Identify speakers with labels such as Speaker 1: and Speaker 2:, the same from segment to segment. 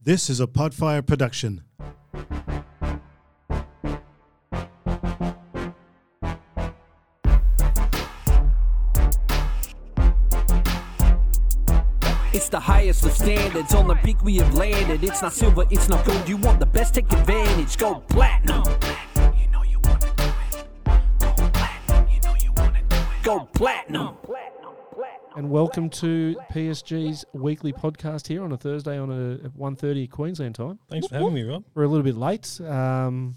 Speaker 1: This is a Podfire production.
Speaker 2: It's the highest of standards. On the peak we have landed. It's not silver, it's not gold. You want the best, take advantage. Go platinum. Go platinum.
Speaker 3: And welcome to PSG's weekly podcast here on a Thursday on a at 1.30 Queensland time.
Speaker 4: Thanks for having me, Rob.
Speaker 3: We're a little bit late. Um,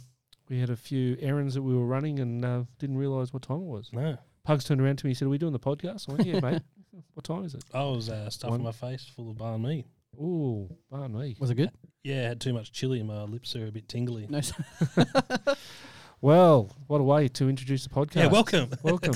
Speaker 3: we had a few errands that we were running and uh, didn't realise what time it was.
Speaker 4: No,
Speaker 3: Pugs turned around to me and said, are we doing the podcast? I went, yeah, mate. What time is it?
Speaker 4: I was uh,
Speaker 3: One-
Speaker 4: stuffing my face full of barn meat.
Speaker 3: Ooh, barn me.
Speaker 5: Was it good?
Speaker 4: Yeah, I had too much chili and my lips are a bit tingly.
Speaker 5: No.
Speaker 3: Well, what a way to introduce the podcast.
Speaker 4: Yeah, welcome.
Speaker 3: Welcome.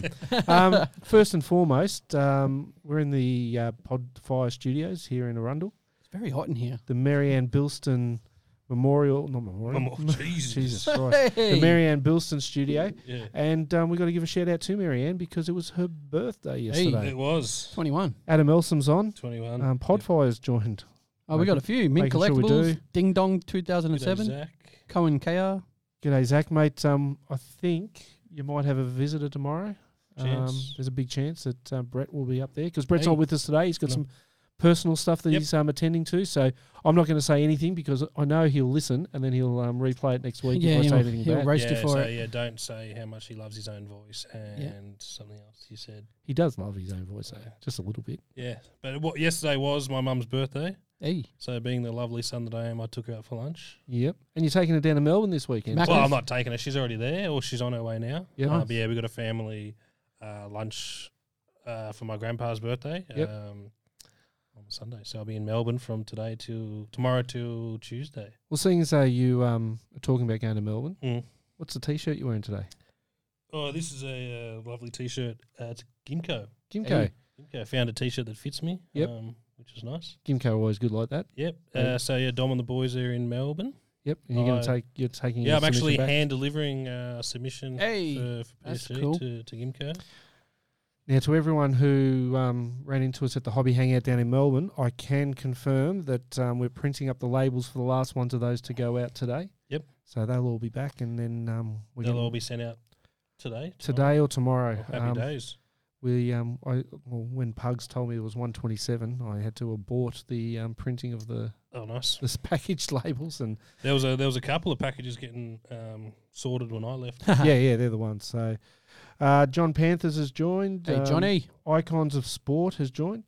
Speaker 3: um, first and foremost, um, we're in the uh, Podfire Studios here in Arundel.
Speaker 5: It's very hot in here.
Speaker 3: The Marianne Bilston Memorial, not Memorial.
Speaker 4: Memo- Oh, Jesus.
Speaker 3: Jesus Christ. The Marianne Bilston Studio.
Speaker 4: Yeah,
Speaker 3: And um, we got to give a shout out to Marianne because it was her birthday yesterday.
Speaker 4: it was
Speaker 5: 21.
Speaker 3: Adam Elsom's on.
Speaker 4: 21.
Speaker 3: Um, Podfire's joined.
Speaker 5: Oh, we got a few. Mint
Speaker 3: making sure we
Speaker 5: Collectibles,
Speaker 3: do.
Speaker 5: Ding Dong
Speaker 4: G'day,
Speaker 5: 2007,
Speaker 4: Zach.
Speaker 5: Cohen KR.
Speaker 3: G'day, Zach, mate. Um, I think you might have a visitor tomorrow. Um,
Speaker 4: Chance.
Speaker 3: there's a big chance that uh, Brett will be up there because Brett's
Speaker 4: Hey.
Speaker 3: not with us today. He's got
Speaker 4: No.
Speaker 3: some personal stuff that
Speaker 4: Yep.
Speaker 3: he's um, attending to. So I'm not going to say anything because I know he'll listen and then he'll um, replay it next week
Speaker 5: Yeah,
Speaker 3: if I
Speaker 5: he'll,
Speaker 3: say anything
Speaker 5: he'll
Speaker 3: bad.
Speaker 5: roast you
Speaker 4: yeah,
Speaker 5: for
Speaker 4: so
Speaker 5: it.
Speaker 4: yeah, don't say how much he loves his own voice and something else you said.
Speaker 3: he does love his own voice, though, just a little bit.
Speaker 4: Yeah, but what yesterday was my mum's birthday.
Speaker 5: Hey,
Speaker 4: So being the lovely son that I am, I took her out for lunch.
Speaker 3: Yep. And you're taking it down to Melbourne this weekend.
Speaker 5: Mac-
Speaker 4: Well,
Speaker 5: Nice.
Speaker 4: I'm not taking her. She's already there, or she's on her way now.
Speaker 3: Yeah,
Speaker 4: Uh,
Speaker 3: nice.
Speaker 4: but yeah, we got a family uh, lunch uh, for my grandpa's birthday
Speaker 3: Yep.
Speaker 4: um, on Sunday. So I'll be in Melbourne from today till tomorrow till Tuesday.
Speaker 3: Well, seeing as though you um, are talking about going to Melbourne,
Speaker 4: Mm.
Speaker 3: what's the t-shirt you're wearing today?
Speaker 4: Oh, this is a uh, lovely T-shirt. Uh, it's Gimco.
Speaker 3: Gimco.
Speaker 5: Hey.
Speaker 4: Gimco found a T-shirt that fits me.
Speaker 3: Yep.
Speaker 4: Um, which is nice.
Speaker 3: Gimco always good like that.
Speaker 4: Yep.
Speaker 3: Hey.
Speaker 4: Uh, so yeah, Dom and the boys are in Melbourne.
Speaker 3: Yep. And you're going
Speaker 4: I-
Speaker 3: to take. You're taking.
Speaker 4: Uh, Yeah,
Speaker 3: your
Speaker 4: I'm actually
Speaker 3: submission back.
Speaker 4: hand delivering uh, a submission
Speaker 5: Hey,
Speaker 4: for, for
Speaker 5: that's
Speaker 4: PSG
Speaker 5: cool.
Speaker 4: to, to Gimco.
Speaker 3: Now, to everyone who um, ran into us at the hobby hangout down in Melbourne, I can confirm that um, we're printing up the labels for the last ones of those to go out today.
Speaker 4: Yep.
Speaker 3: So they'll all be back, and then um, we
Speaker 4: They'll
Speaker 3: can-
Speaker 4: all be sent out today. tomorrow.
Speaker 3: today or tomorrow.
Speaker 4: Well, happy
Speaker 3: um,
Speaker 4: days.
Speaker 3: We um, I well, when Pugs told me it was 127, I had to abort the um, printing of the
Speaker 4: Oh, nice.
Speaker 3: this packaged labels and.
Speaker 4: There was a there was a couple of packages getting um, sorted when I left.
Speaker 3: yeah, yeah, they're the ones. So, uh, John Panthers has joined.
Speaker 5: hey
Speaker 3: um,
Speaker 5: Johnny.
Speaker 3: Icons of Sport has joined.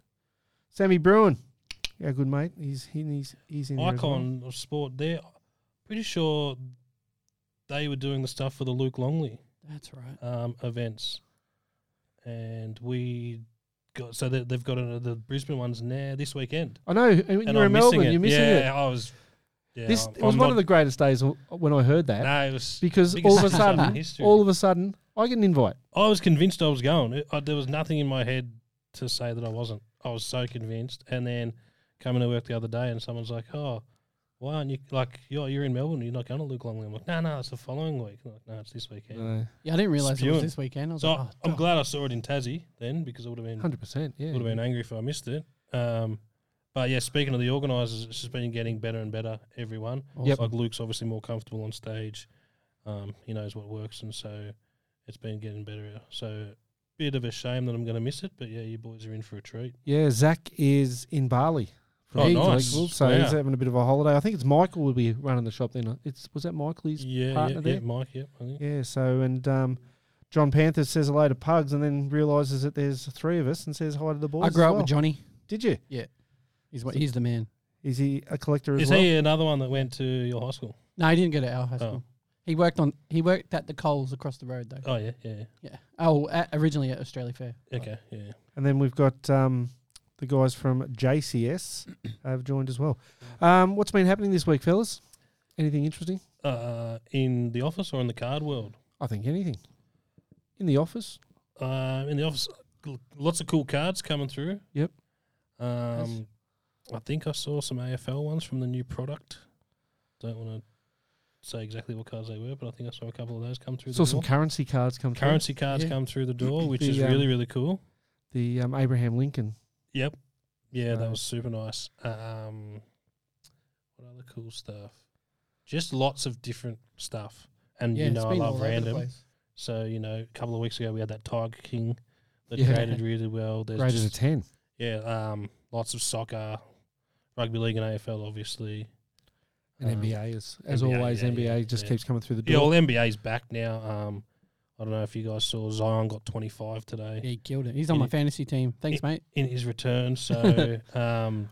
Speaker 3: Sammy Bruin, our good mate, he's he, he's he's in there as well.
Speaker 4: Icon of sport. They're pretty sure they were doing the stuff for the Luke Longley
Speaker 5: That's right.
Speaker 4: um, events, and we got so they, they've got another, the Brisbane ones now this weekend.
Speaker 3: I know and
Speaker 4: And
Speaker 3: you're
Speaker 4: I'm
Speaker 3: in Melbourne.
Speaker 4: missing it.
Speaker 3: You're missing
Speaker 4: yeah,
Speaker 3: it.
Speaker 4: I was. Yeah,
Speaker 3: this
Speaker 4: I'm-
Speaker 3: it was
Speaker 4: I'm
Speaker 3: one
Speaker 4: not-
Speaker 3: of the greatest days w- when I heard that
Speaker 4: No, it was
Speaker 3: because
Speaker 4: biggest
Speaker 3: all of a
Speaker 4: mess up in
Speaker 3: sudden,
Speaker 4: history.
Speaker 3: all of a sudden, I get an invite.
Speaker 4: I was convinced I was going. It- I, there was nothing in my head to say that I wasn't. I was so convinced. And then coming to work the other day, and someone's like, "Oh, why aren't you like you're you're in Melbourne? You're not going to Luke Longley?" I'm like, "No, no, it's the following week." They're like, no, it's this weekend.
Speaker 3: Uh,
Speaker 5: Yeah, I didn't realise it was
Speaker 4: Spewing.
Speaker 5: this weekend. I was
Speaker 4: So
Speaker 5: like, oh,
Speaker 4: I'm
Speaker 5: duh.
Speaker 4: glad I saw it in Tassie then because I would have been
Speaker 3: Hundred percent. Yeah.
Speaker 4: would have been angry if I missed it. Um, but yeah, speaking of the organisers, it's just been getting better and better. Everyone,
Speaker 3: Yep.
Speaker 4: like Luke's obviously more comfortable on stage. Um, he knows what works, and so it's been getting better. So bit of a shame that I'm going to miss it, but yeah, you boys are in for a treat.
Speaker 3: Yeah. Zach is in Bali.
Speaker 4: Oh,
Speaker 3: He's
Speaker 4: nice.
Speaker 3: local, So
Speaker 4: Wow.
Speaker 3: he's having a bit of a holiday. I think it's Michael will be running the shop then. It's was that Michael? He's
Speaker 4: Yeah,
Speaker 3: partner
Speaker 4: yeah,
Speaker 3: there?
Speaker 4: yeah, Mike. Yeah, I think.
Speaker 3: Yeah, so and um, John Panther says hello to Pugs and then realizes that there's three of us and says hi to the boys.
Speaker 5: I grew
Speaker 3: as
Speaker 5: up
Speaker 3: well.
Speaker 5: with Johnny.
Speaker 3: Did you?
Speaker 5: He's what he's the man.
Speaker 3: Is he a collector as
Speaker 4: Is
Speaker 3: well?
Speaker 4: he another one that went to your high school?
Speaker 5: No, he didn't go to our high
Speaker 4: Oh.
Speaker 5: school. He worked on he worked at the Coles across the road though.
Speaker 4: Oh yeah, yeah.
Speaker 5: Yeah. Oh, at, originally at Australia Fair.
Speaker 4: Okay, yeah.
Speaker 3: And then we've got um, the guys from JCS have joined as well. Um, what's been happening this week, fellas? Anything interesting?
Speaker 4: Uh, in the office or in the card world?
Speaker 3: I think anything. In the office,
Speaker 4: Um, in the office, l- lots of cool cards coming through.
Speaker 3: Yep.
Speaker 4: Um, I think I saw some AFL ones from the new product. Don't want to say exactly what cards they were, but I think I saw a couple of those come through.
Speaker 3: saw
Speaker 4: the
Speaker 3: some
Speaker 4: door.
Speaker 3: currency cards come through.
Speaker 4: currency cards
Speaker 3: Yeah.
Speaker 4: come through the door, which
Speaker 3: The,
Speaker 4: is
Speaker 3: um,
Speaker 4: really really cool.
Speaker 3: The um, Abraham Lincoln.
Speaker 4: Yep. Yeah, that
Speaker 3: Uh,
Speaker 4: was super nice. Um, what other other cool stuff? Just lots of different stuff. And
Speaker 5: Yeah,
Speaker 4: you
Speaker 5: it's
Speaker 4: know I
Speaker 5: been all
Speaker 4: love
Speaker 5: over the
Speaker 4: random.
Speaker 5: place.
Speaker 4: So, you know, a couple of weeks ago we had that Tiger King that
Speaker 3: Yeah.
Speaker 4: graded really well. There's
Speaker 3: Graded a
Speaker 4: just,
Speaker 3: 10.
Speaker 4: yeah, um, lots of soccer, rugby league and AFL obviously.
Speaker 5: Uh,
Speaker 3: And
Speaker 4: Um,
Speaker 3: NBA is, as
Speaker 4: NBA,
Speaker 3: always,
Speaker 4: yeah,
Speaker 3: NBA
Speaker 4: yeah,
Speaker 3: just
Speaker 4: yeah.
Speaker 3: keeps coming through the
Speaker 4: Yeah, well,
Speaker 3: door.
Speaker 4: NBA's back now. Um, I don't know if you guys saw Zion got 25 today
Speaker 5: Yeah, he killed it. He's on my
Speaker 4: It-
Speaker 5: fantasy team. Thanks, mate.
Speaker 4: in his return. So um,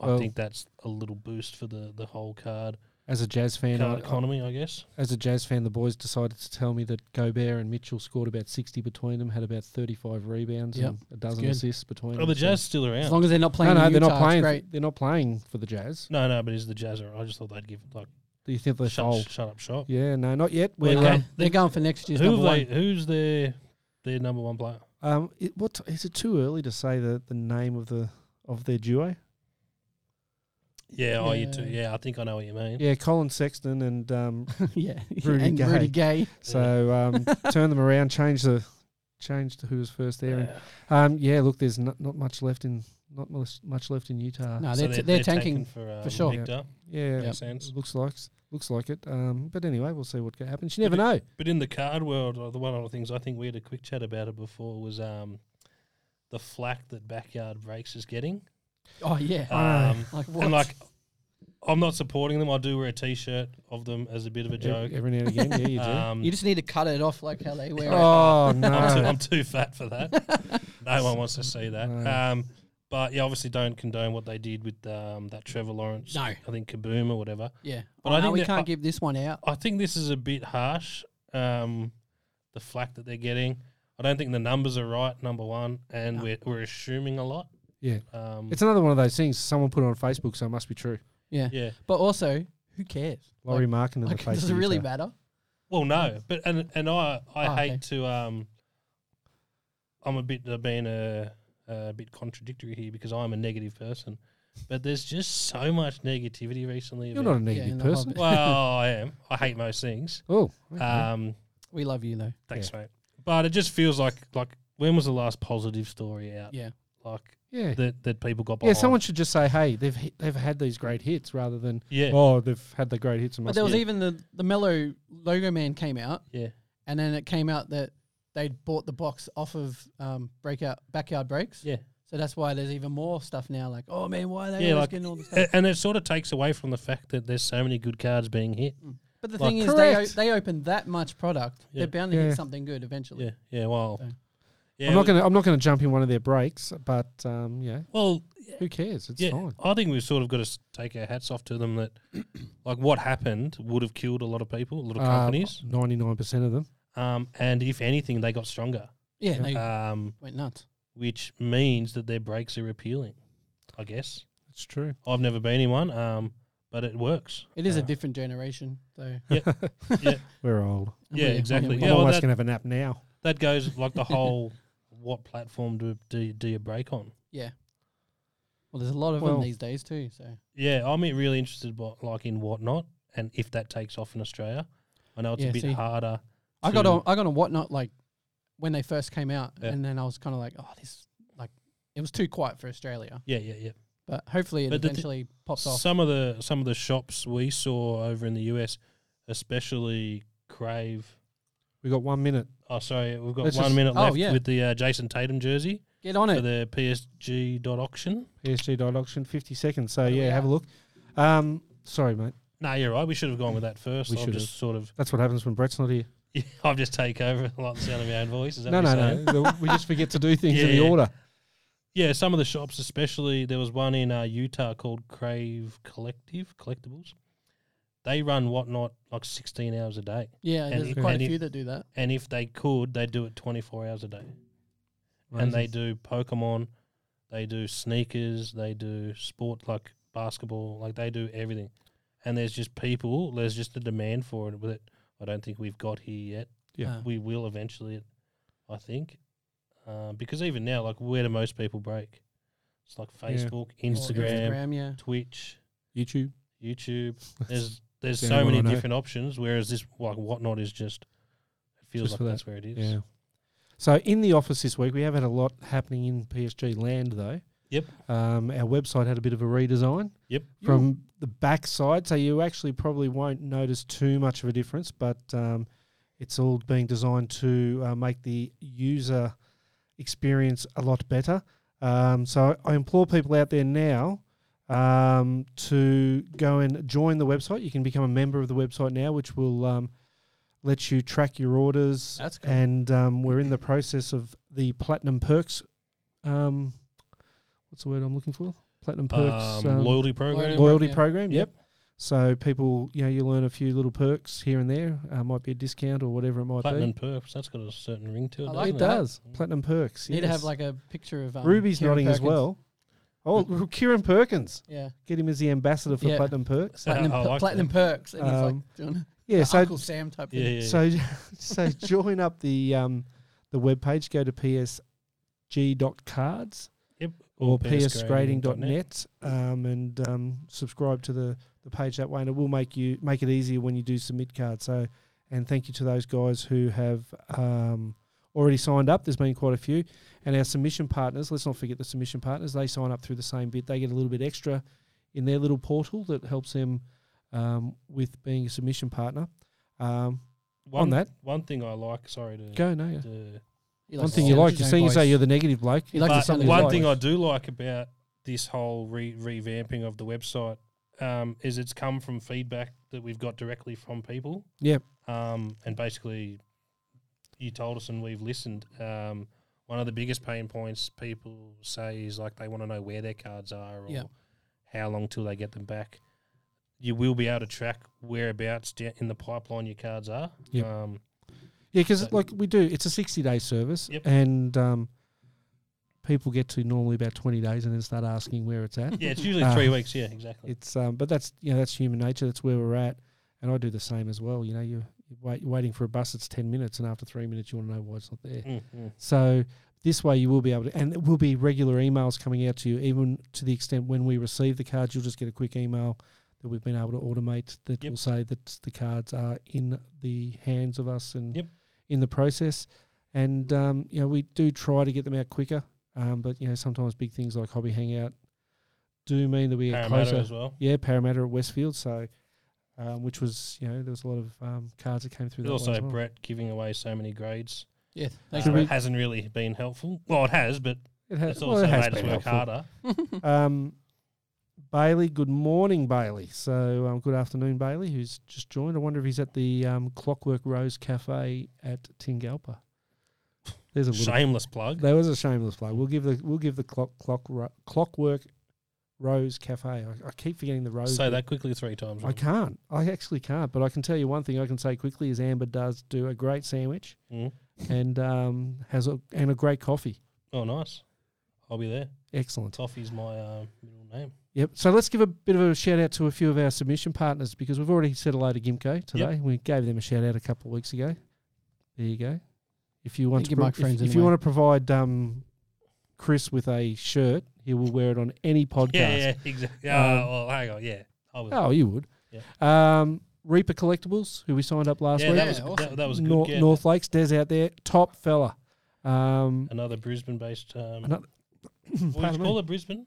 Speaker 4: I
Speaker 3: Well-
Speaker 4: think that's a little boost for the, the whole card,
Speaker 3: As a Jazz fan,
Speaker 4: card
Speaker 3: I, I-
Speaker 4: economy, I guess.
Speaker 3: as a Jazz fan, the boys decided to tell me that Gobert and Mitchell scored about 60 between them, had about 35 rebounds
Speaker 5: Yep,
Speaker 3: and a dozen
Speaker 5: good.
Speaker 3: assists between
Speaker 4: Oh,
Speaker 3: them.
Speaker 4: the
Speaker 3: so-
Speaker 4: Jazz still
Speaker 5: As
Speaker 4: around.
Speaker 5: long as they're not
Speaker 3: No,
Speaker 5: playing,
Speaker 3: no, they're
Speaker 5: Utah,
Speaker 3: not playing.
Speaker 5: It's great.
Speaker 3: They're not playing for the Jazz.
Speaker 4: No, no, but is the Jazz around? I just thought they'd give like
Speaker 3: Do you think they
Speaker 4: shut,
Speaker 3: fold?
Speaker 4: shut up shop.
Speaker 3: Yeah, no, not yet.
Speaker 4: Well,
Speaker 3: We're,
Speaker 4: okay.
Speaker 3: um,
Speaker 5: They're going for next year's
Speaker 4: Who
Speaker 5: number
Speaker 4: have
Speaker 5: one.
Speaker 4: they, who's their their number one player?
Speaker 3: um, it, what is it too early to say the, the name of the of their duo?
Speaker 4: Yeah, oh, you too.
Speaker 5: Yeah.
Speaker 4: Yeah, I think I know what you mean.
Speaker 3: Yeah, Colin Sexton and um,
Speaker 5: yeah,
Speaker 3: Rudy
Speaker 5: and Rudy Gay.
Speaker 3: so um, turn them around, change the change to who was first there. And, um, yeah, look, there's not, not much left in not much much left in Utah.
Speaker 5: No, Ah, they're, t- they're, tanking.
Speaker 4: for, um,
Speaker 5: sure.
Speaker 4: Victor.
Speaker 3: Yeah,
Speaker 4: Makes sense.
Speaker 3: it looks like looks like it. Um, but anyway, we'll see what ca- happens. You never know.
Speaker 4: But in the card world, uh, the one of the things I think we had a quick chat about it before was um, the flack that backyard breaks is getting.
Speaker 5: Oh yeah.
Speaker 3: Ah.
Speaker 4: Um,
Speaker 5: like what?
Speaker 4: and like, I'm not supporting them. I do wear a T-shirt of them as a bit of a
Speaker 3: Ev-
Speaker 4: joke.
Speaker 3: every now and again. Yeah, you do.
Speaker 4: Um,
Speaker 5: you just need to cut it off like how they wear it.
Speaker 3: oh
Speaker 4: I'm, too,
Speaker 3: no.
Speaker 4: I'm too fat for that. no one wants to see that.
Speaker 3: No.
Speaker 4: Um, but yeah, obviously don't condone what they did with um, that Trevor Lawrence.
Speaker 5: No.
Speaker 4: I think Kaboom or whatever.
Speaker 5: Yeah.
Speaker 4: But
Speaker 5: oh,
Speaker 4: I
Speaker 5: no,
Speaker 4: think
Speaker 5: we
Speaker 4: that-
Speaker 5: can't give this one out.
Speaker 4: I think this is a bit harsh. Um, the flack that they're getting. I don't think the numbers are right. Number one, and
Speaker 5: No.
Speaker 4: we're, we're assuming a lot.
Speaker 3: Yeah.
Speaker 4: Um,
Speaker 3: It's another one of those things. Someone put it on Facebook, so it must be true.
Speaker 5: Yeah.
Speaker 4: yeah.
Speaker 5: But also, who cares?
Speaker 3: Laurie Markin in
Speaker 5: Like,
Speaker 3: the
Speaker 5: like
Speaker 3: face.
Speaker 5: does it
Speaker 3: of
Speaker 5: really
Speaker 3: Utah.
Speaker 5: matter?
Speaker 4: Well, no, but and and I I
Speaker 3: Ah,
Speaker 5: Oh,
Speaker 4: hate
Speaker 5: okay.
Speaker 4: to um. I'm a bit of being a a bit contradictory here because I'm a negative person, but there's just so much negativity recently.
Speaker 3: You're
Speaker 4: about-
Speaker 3: not a negative
Speaker 5: in the
Speaker 3: person.
Speaker 5: Hobbit.
Speaker 4: well, I am. I hate most things.
Speaker 3: Oh, okay.
Speaker 4: Um,
Speaker 5: We love you though.
Speaker 4: thanks, mate. But it just feels like like when was the last positive story out?
Speaker 5: Yeah.
Speaker 4: Like
Speaker 3: yeah,
Speaker 4: that that people got
Speaker 3: yeah.
Speaker 4: behind.
Speaker 3: Someone should just say, "Hey, they've hit, they've had these great hits," rather than,
Speaker 4: Yeah.
Speaker 3: "Oh, they've had the great hits." And
Speaker 5: But
Speaker 3: must
Speaker 5: there was
Speaker 4: Yeah.
Speaker 5: even the the Mellow logo man came out,
Speaker 4: yeah.
Speaker 5: and then it came out that they'd bought the box off of um, breakout backyard breaks.
Speaker 4: Yeah.
Speaker 5: So that's why there's even more stuff now. Like, oh man, why are they
Speaker 4: Yeah,
Speaker 5: always
Speaker 4: like-
Speaker 5: getting all this stuff?
Speaker 4: A- And it sort of takes away from the fact that there's so many good cards being hit.
Speaker 5: But the
Speaker 4: Like-
Speaker 5: thing is, they, o-
Speaker 3: Correct.
Speaker 5: they open that much product,
Speaker 4: Yeah.
Speaker 5: they're bound to
Speaker 3: Yeah.
Speaker 5: hit something good eventually.
Speaker 4: Yeah. Yeah. Well.
Speaker 5: So-
Speaker 4: Yeah,
Speaker 3: I'm not
Speaker 4: but-
Speaker 3: gonna I'm not gonna jump in one of their breaks, but um, yeah,
Speaker 4: Well,
Speaker 3: who cares? It's
Speaker 4: yeah,
Speaker 3: fine.
Speaker 4: I think we've sort of got to take our hats off to them that, like, what happened would have killed a lot of people, a
Speaker 3: Uh,
Speaker 4: lot of companies.
Speaker 3: ninety nine percent of them.
Speaker 4: Um, and if anything, they got stronger,
Speaker 5: Yeah, they
Speaker 4: um,
Speaker 5: went nuts.
Speaker 4: which means that their breaks are appealing, I guess.
Speaker 3: It's true.
Speaker 4: I've never been in one, um, but it works.
Speaker 5: It is
Speaker 4: Uh,
Speaker 5: a different generation, though.
Speaker 3: We're old.
Speaker 4: Yeah, exactly.
Speaker 3: I'm
Speaker 4: Yeah, well,
Speaker 3: almost
Speaker 4: that-
Speaker 3: gonna have a nap now.
Speaker 4: That goes like the whole what platform do, do, do you break on?
Speaker 5: Well, there's a lot of
Speaker 3: Well-
Speaker 5: them these days too. So
Speaker 4: Yeah, I'm really interested, but like in whatnot and if that takes off in Australia. I know it's
Speaker 5: Yeah,
Speaker 4: a bit
Speaker 5: see.
Speaker 4: harder.
Speaker 5: I got
Speaker 4: to-
Speaker 5: on, I got on whatnot like when they first came out,
Speaker 4: Yeah.
Speaker 5: and then I was kind of like, oh, this like it was too quiet for Australia.
Speaker 4: Yeah, yeah, yeah.
Speaker 5: But hopefully, it
Speaker 4: But the thi-
Speaker 5: eventually pops off.
Speaker 4: Some of the some of the shops we saw over in the US, especially Crave.
Speaker 3: We got one minute.
Speaker 4: Oh, sorry, we've got
Speaker 3: Let's
Speaker 4: one
Speaker 3: just-
Speaker 4: minute
Speaker 5: oh,
Speaker 4: left
Speaker 5: yeah.
Speaker 4: with the uh, Jason Tatum jersey
Speaker 5: Get on
Speaker 4: for
Speaker 5: it.
Speaker 4: the PSG dot auction.
Speaker 3: PSG dot auction, fifty seconds. So
Speaker 5: There we
Speaker 3: yeah, have a
Speaker 5: are.
Speaker 3: look. Um, sorry, mate.
Speaker 4: No, you're right. We should have gone with that first.
Speaker 3: We
Speaker 4: I've
Speaker 3: should
Speaker 4: just sort of,
Speaker 3: That's what happens when Brett's not here.
Speaker 4: I've just take over. I like the sound of my own voice. Is that
Speaker 3: No,
Speaker 4: what
Speaker 3: no,
Speaker 4: you're saying?
Speaker 3: no. we just forget to do things in the
Speaker 4: Yeah.
Speaker 3: order.
Speaker 4: Yeah, some of the shops, especially there was one in uh, Utah called Crave Collective Collectibles. They run whatnot like 16 hours a day,
Speaker 5: Yeah,
Speaker 4: and
Speaker 5: there's
Speaker 4: if-
Speaker 5: quite
Speaker 4: and
Speaker 5: a
Speaker 4: if-
Speaker 5: few that do that.
Speaker 4: and if they could, they do it 24 hours a day. and they do Pokemon, they do sneakers, they do sport like basketball, like they do everything. And there's just people, there's just a demand for it that I don't think we've got here yet.
Speaker 3: Yeah.
Speaker 5: Uh,
Speaker 4: We will eventually, I think, uh, because even now, like where do most people break? It's like
Speaker 3: Yeah.
Speaker 4: Facebook,
Speaker 5: Or
Speaker 4: Instagram,
Speaker 5: Instagram, yeah.
Speaker 4: Twitch,
Speaker 3: YouTube.
Speaker 4: YouTube. There's there's
Speaker 3: the
Speaker 4: so
Speaker 3: only one
Speaker 4: many
Speaker 3: I know.
Speaker 4: different options. Whereas this like whatnot is just it feels
Speaker 3: Just for
Speaker 4: like
Speaker 3: that.
Speaker 4: that's where it is.
Speaker 3: Yeah. So in the office this week, we have had a lot happening in PSG land, though.
Speaker 4: Yep.
Speaker 3: Um, our website had a bit of a redesign.
Speaker 4: Yep.
Speaker 3: From the backside, so you actually probably won't notice too much of a difference. But um, it's all being designed to uh, make the user experience a lot better. Um, so I implore people out there now um, to go and join the website. You can become a member of the website now, which will um, let you track your orders.
Speaker 5: That's cool.
Speaker 3: And um, we're in the process of the platinum perks. Um, what's the word I'm looking for? Platinum perks
Speaker 4: Um, loyalty program.
Speaker 5: loyalty-
Speaker 3: loyalty
Speaker 5: program.
Speaker 3: program.
Speaker 4: Yep.
Speaker 3: Yep. So people, you know, you learn a few little perks here and there. Uh, might be a discount or whatever it might
Speaker 4: Platinum
Speaker 3: be.
Speaker 4: perks. That's got a certain ring to it.
Speaker 5: I
Speaker 4: doesn't
Speaker 5: like
Speaker 3: It
Speaker 4: it?
Speaker 5: that.
Speaker 3: does platinum perks.
Speaker 5: Need to have
Speaker 3: yes.
Speaker 5: like a picture of um,
Speaker 3: Ruby's
Speaker 5: Kieran
Speaker 3: nodding as
Speaker 5: Perkins.
Speaker 3: well. Oh, Kieran Perkins,
Speaker 5: Yeah,
Speaker 3: get him as the ambassador for
Speaker 5: Yeah.
Speaker 3: platinum perks.
Speaker 5: platinum,
Speaker 4: Oh, I
Speaker 5: per-
Speaker 4: like
Speaker 5: platinum perks, and he's
Speaker 3: Um,
Speaker 5: like doing
Speaker 3: Yeah.
Speaker 5: the
Speaker 3: So
Speaker 5: Uncle Sam type
Speaker 4: Yeah,
Speaker 5: thing.
Speaker 4: yeah.
Speaker 3: so so join up the um the web page. Go to psg.cards
Speaker 4: yep.
Speaker 3: or
Speaker 4: psgrading.net.
Speaker 3: psgrading.net um, and um, subscribe to the the page that way, and it will make you make it easier when you do submit cards. So and thank you to those guys who have. Um, Already signed up. There's been quite a few, and our submission partners. Let's not forget the submission partners. They sign up through the same bit. They get a little bit extra in their little portal that helps them um, with being a submission partner. Um,
Speaker 4: One,
Speaker 3: that.
Speaker 4: One thing I like. Sorry to.
Speaker 3: go no. yeah.
Speaker 4: to-
Speaker 5: He
Speaker 3: One
Speaker 5: likes
Speaker 3: thing
Speaker 5: to
Speaker 3: you
Speaker 5: sound
Speaker 3: like,
Speaker 5: his
Speaker 3: you're
Speaker 5: own
Speaker 3: saying you say
Speaker 5: voice.
Speaker 3: you're the negative bloke.
Speaker 5: He likes to
Speaker 4: But
Speaker 5: sound his
Speaker 4: one
Speaker 5: voice.
Speaker 4: thing I do like about this whole re- revamping of the website um, is it's come from feedback that we've got directly from people.
Speaker 3: Yep.
Speaker 4: Um, and basically, you told us and we've listened. Um, one of the biggest pain points people say is like they want to know where their cards are or
Speaker 5: Yep.
Speaker 4: how long till they get them back. You will be able to track whereabouts da- in the pipeline your cards are.
Speaker 3: Yep.
Speaker 4: Um,
Speaker 3: Yeah, because
Speaker 4: But-
Speaker 3: like we do, it's a sixty day service,
Speaker 4: Yep.
Speaker 3: and um, people get to normally about twenty days and then start asking where it's at.
Speaker 4: yeah, it's usually
Speaker 3: Ah.
Speaker 4: three weeks. Yeah, exactly.
Speaker 3: It's um, but that's you know that's human nature. That's where we're at, and I do the same as well. You know, you you wait, you're waiting for a bus. It's ten minutes, and after three minutes, you want to know why it's not there.
Speaker 4: Mm, mm.
Speaker 3: So this way you will be able to, and it will be regular emails coming out to you, even to the extent when we receive the cards, you'll just get a quick email that we've been able to automate that
Speaker 4: Yep.
Speaker 3: will say that the cards are in the hands of us and
Speaker 4: Yep.
Speaker 3: in the process. And, um, you know, we do try to get them out quicker, um, but, you know, sometimes big things like Hobby Hangout do mean that we get
Speaker 4: Parramatta
Speaker 3: closer.
Speaker 4: as well.
Speaker 3: Yeah, Parramatta at Westfield, so... Um, which was, you know, there was a lot of um, cards that came through.
Speaker 4: There's
Speaker 3: that way
Speaker 4: also
Speaker 3: as well.
Speaker 4: Brett giving away so many grades.
Speaker 5: Yeah,
Speaker 4: Uh,
Speaker 5: thanks,
Speaker 3: Should
Speaker 4: it
Speaker 3: we-
Speaker 5: Brett.
Speaker 4: hasn't really been helpful. Well, it has, but
Speaker 3: it has,
Speaker 4: it's
Speaker 3: well,
Speaker 4: also
Speaker 3: it has
Speaker 4: made us
Speaker 3: been
Speaker 4: work
Speaker 3: helpful.
Speaker 4: harder.
Speaker 3: Um, Bailey, good morning, Bailey. So, um, good afternoon, Bailey, who's just joined. I wonder if he's at the um, Clockwork Rose Cafe at Tingalpa. There's a little,
Speaker 4: Shameless plug.
Speaker 3: There was a shameless play. We'll give the we'll give the clock clock Ro- Clockwork Rose Cafe. I, I keep forgetting the rose.
Speaker 4: Say
Speaker 3: bit.
Speaker 4: that quickly three times.
Speaker 3: I can't. I actually can't. But I can tell you one thing. I can say quickly is Amber does do a great sandwich
Speaker 4: Mm.
Speaker 3: and um, has a and a great coffee.
Speaker 4: Oh, nice. I'll be there.
Speaker 3: Excellent.
Speaker 4: Toffee's my uh, middle name.
Speaker 3: Yep. So let's give a bit of a shout out to a few of our submission partners because we've already said hello to Gimco today. We gave them a shout out a couple of weeks ago. There you go. If you want
Speaker 5: Thank
Speaker 3: to
Speaker 5: you,
Speaker 3: pro-
Speaker 5: Mike
Speaker 3: if,
Speaker 5: Friends,
Speaker 3: if you
Speaker 5: anyway.
Speaker 3: want to provide um, Chris with a shirt, he will wear it on any podcast.
Speaker 4: Yeah, yeah, exactly.
Speaker 3: Um,
Speaker 4: oh, well, hang on. Yeah. I was,
Speaker 3: Oh, you would. Um, Reaper Collectibles, who we signed up last
Speaker 4: yeah,
Speaker 3: week.
Speaker 4: that was,
Speaker 5: Yeah,
Speaker 4: that, that was a good.
Speaker 3: Nor-
Speaker 4: get.
Speaker 3: North Lakes, Des out there, top fella. Um,
Speaker 4: Another Brisbane based. Um,
Speaker 3: Another-
Speaker 4: what do
Speaker 3: pardon
Speaker 4: you
Speaker 3: me.
Speaker 4: call it? Brisbane?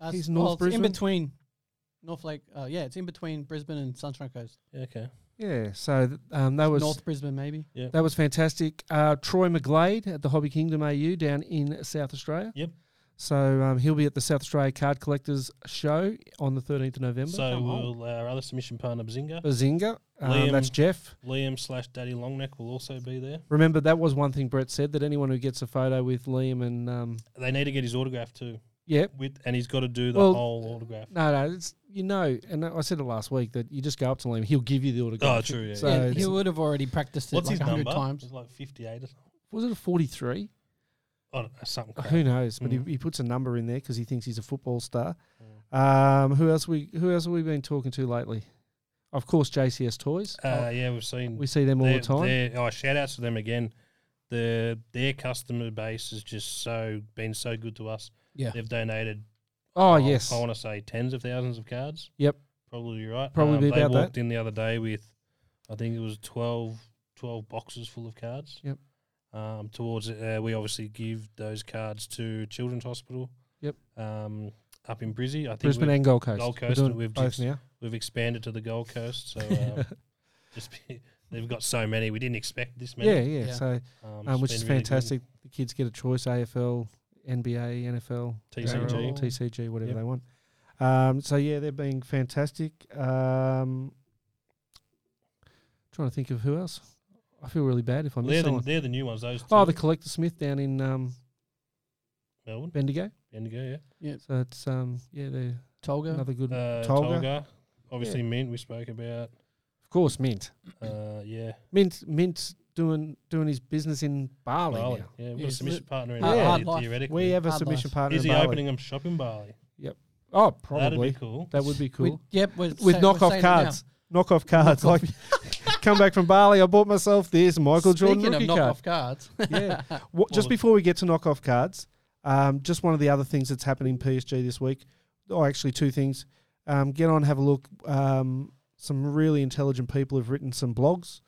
Speaker 5: Uh,
Speaker 3: He's
Speaker 5: well,
Speaker 3: North
Speaker 5: it's
Speaker 3: Brisbane?
Speaker 5: in between North Lake. Uh, yeah, it's in between Brisbane and Sunshine Coast.
Speaker 4: Yeah, okay.
Speaker 3: yeah, so th- um, that was
Speaker 5: North Brisbane, maybe.
Speaker 3: That was fantastic. Uh, Troy McGlade at the Hobby Kingdom AU down in South Australia.
Speaker 4: Yep.
Speaker 3: So um, he'll be at the South Australia Card Collectors Show on the 13th of November.
Speaker 4: So
Speaker 5: Come on.
Speaker 4: will our other submission partner, Bazinga.
Speaker 3: Bazinga. Um,
Speaker 4: Liam.
Speaker 3: that's Jeff.
Speaker 4: Liam slash Daddy Longneck will also be there.
Speaker 3: Remember, that was one thing Brett said that anyone who gets a photo with Liam and. Um,
Speaker 4: They need to get his autograph too.
Speaker 3: yeah.
Speaker 4: With And he's got to do the
Speaker 3: Well,
Speaker 4: whole autograph.
Speaker 3: No, no. It's, you know, and I said it last week that you just go up to Liam, he'll give you the autograph.
Speaker 4: Oh, true. Yeah.
Speaker 3: So
Speaker 4: yeah.
Speaker 5: yeah,
Speaker 3: it's-
Speaker 5: he would have already practiced it
Speaker 4: What's
Speaker 5: like
Speaker 4: his
Speaker 5: a hundred
Speaker 4: number?
Speaker 5: times.
Speaker 4: It's like 58 or something.
Speaker 3: Was it a 43?
Speaker 4: Oh, no, something crap.
Speaker 3: Who knows? But
Speaker 4: Mm.
Speaker 3: he, he puts a number in there because he thinks he's a football star. Um, who else we Who else have we been talking to lately? Of course, JCS Toys.
Speaker 4: Uh, yeah, we've seen.
Speaker 3: we see them all
Speaker 4: their,
Speaker 3: the time.
Speaker 4: their- oh, shout outs to them again. The their customer base has just so been so good to us.
Speaker 5: Yeah.
Speaker 4: They've donated.
Speaker 3: Oh
Speaker 4: I-
Speaker 3: yes,
Speaker 4: I want to say tens of thousands of cards.
Speaker 3: Yep.
Speaker 4: Probably you're right. Um,
Speaker 3: Probably
Speaker 4: they
Speaker 3: about that.
Speaker 4: walked in the other day with, I think it was 12, 12 boxes full of cards.
Speaker 3: Yep.
Speaker 4: Um, towards uh, we obviously give those cards to Children's Hospital.
Speaker 3: Yep.
Speaker 4: Um, up in Brizzy. I think
Speaker 3: Brisbane
Speaker 4: we've,
Speaker 3: and Gold Coast.
Speaker 4: Gold
Speaker 3: We're
Speaker 4: Coast and
Speaker 3: doing
Speaker 4: we've
Speaker 3: both
Speaker 4: just-
Speaker 3: now.
Speaker 4: we've expanded to the Gold Coast. So um, just be, they've got so many. We didn't expect this many.
Speaker 3: Yeah, yeah.
Speaker 5: Yeah.
Speaker 3: So, um,
Speaker 4: um, it's
Speaker 3: which
Speaker 4: been
Speaker 3: is
Speaker 4: really good.
Speaker 3: fantastic. The kids get a choice: AFL, NBA, NFL,
Speaker 4: TCG.
Speaker 3: NRL, TCG, whatever
Speaker 4: Yep.
Speaker 3: they want. Um, so yeah, they're being fantastic. Um, trying to think of who else. I feel really bad if I miss
Speaker 4: They're the,
Speaker 3: someone.
Speaker 4: they're the new ones. Those two.
Speaker 3: Oh, the Collector Smith down in um,
Speaker 4: Melbourne,
Speaker 3: Bendigo.
Speaker 4: Bendigo,
Speaker 3: So it's um, yeah, they're
Speaker 5: Tolga.
Speaker 3: another good.
Speaker 4: yeah. Uh,
Speaker 3: Tolga.
Speaker 4: Tolga. obviously Mint. We spoke about.
Speaker 3: Of course, Mint.
Speaker 4: Uh, yeah,
Speaker 3: Mint. Mint's doing doing his business in Bali.
Speaker 4: Bali.
Speaker 3: now.
Speaker 4: Yeah, we've got a
Speaker 5: He's
Speaker 4: submission partner in
Speaker 5: hard-
Speaker 4: Bali,
Speaker 5: hard life.
Speaker 4: theoretically.
Speaker 3: We have a
Speaker 5: Hard
Speaker 3: submission
Speaker 5: life.
Speaker 3: partner.
Speaker 4: Is
Speaker 3: in
Speaker 4: he
Speaker 3: Bali.
Speaker 4: opening them shop in Bali?
Speaker 3: Oh,
Speaker 4: That'd
Speaker 3: probably.
Speaker 4: be cool.
Speaker 3: That would be cool.
Speaker 5: We- yep, we're
Speaker 3: with
Speaker 5: say- we're saying
Speaker 3: knockoff
Speaker 5: it now.
Speaker 3: cards. Knockoff cards. Like, come back from Bali. I bought myself this Michael
Speaker 5: Speaking
Speaker 3: Jordan rookie
Speaker 5: of
Speaker 3: card.
Speaker 5: knockoff cards,
Speaker 3: Yeah. What, just
Speaker 4: Well-
Speaker 3: before we get to knockoff cards, um, just one of the other things that's happened in PSG this week, or actually two things. Um, get on, have a look. Um, some really intelligent people have written some blogs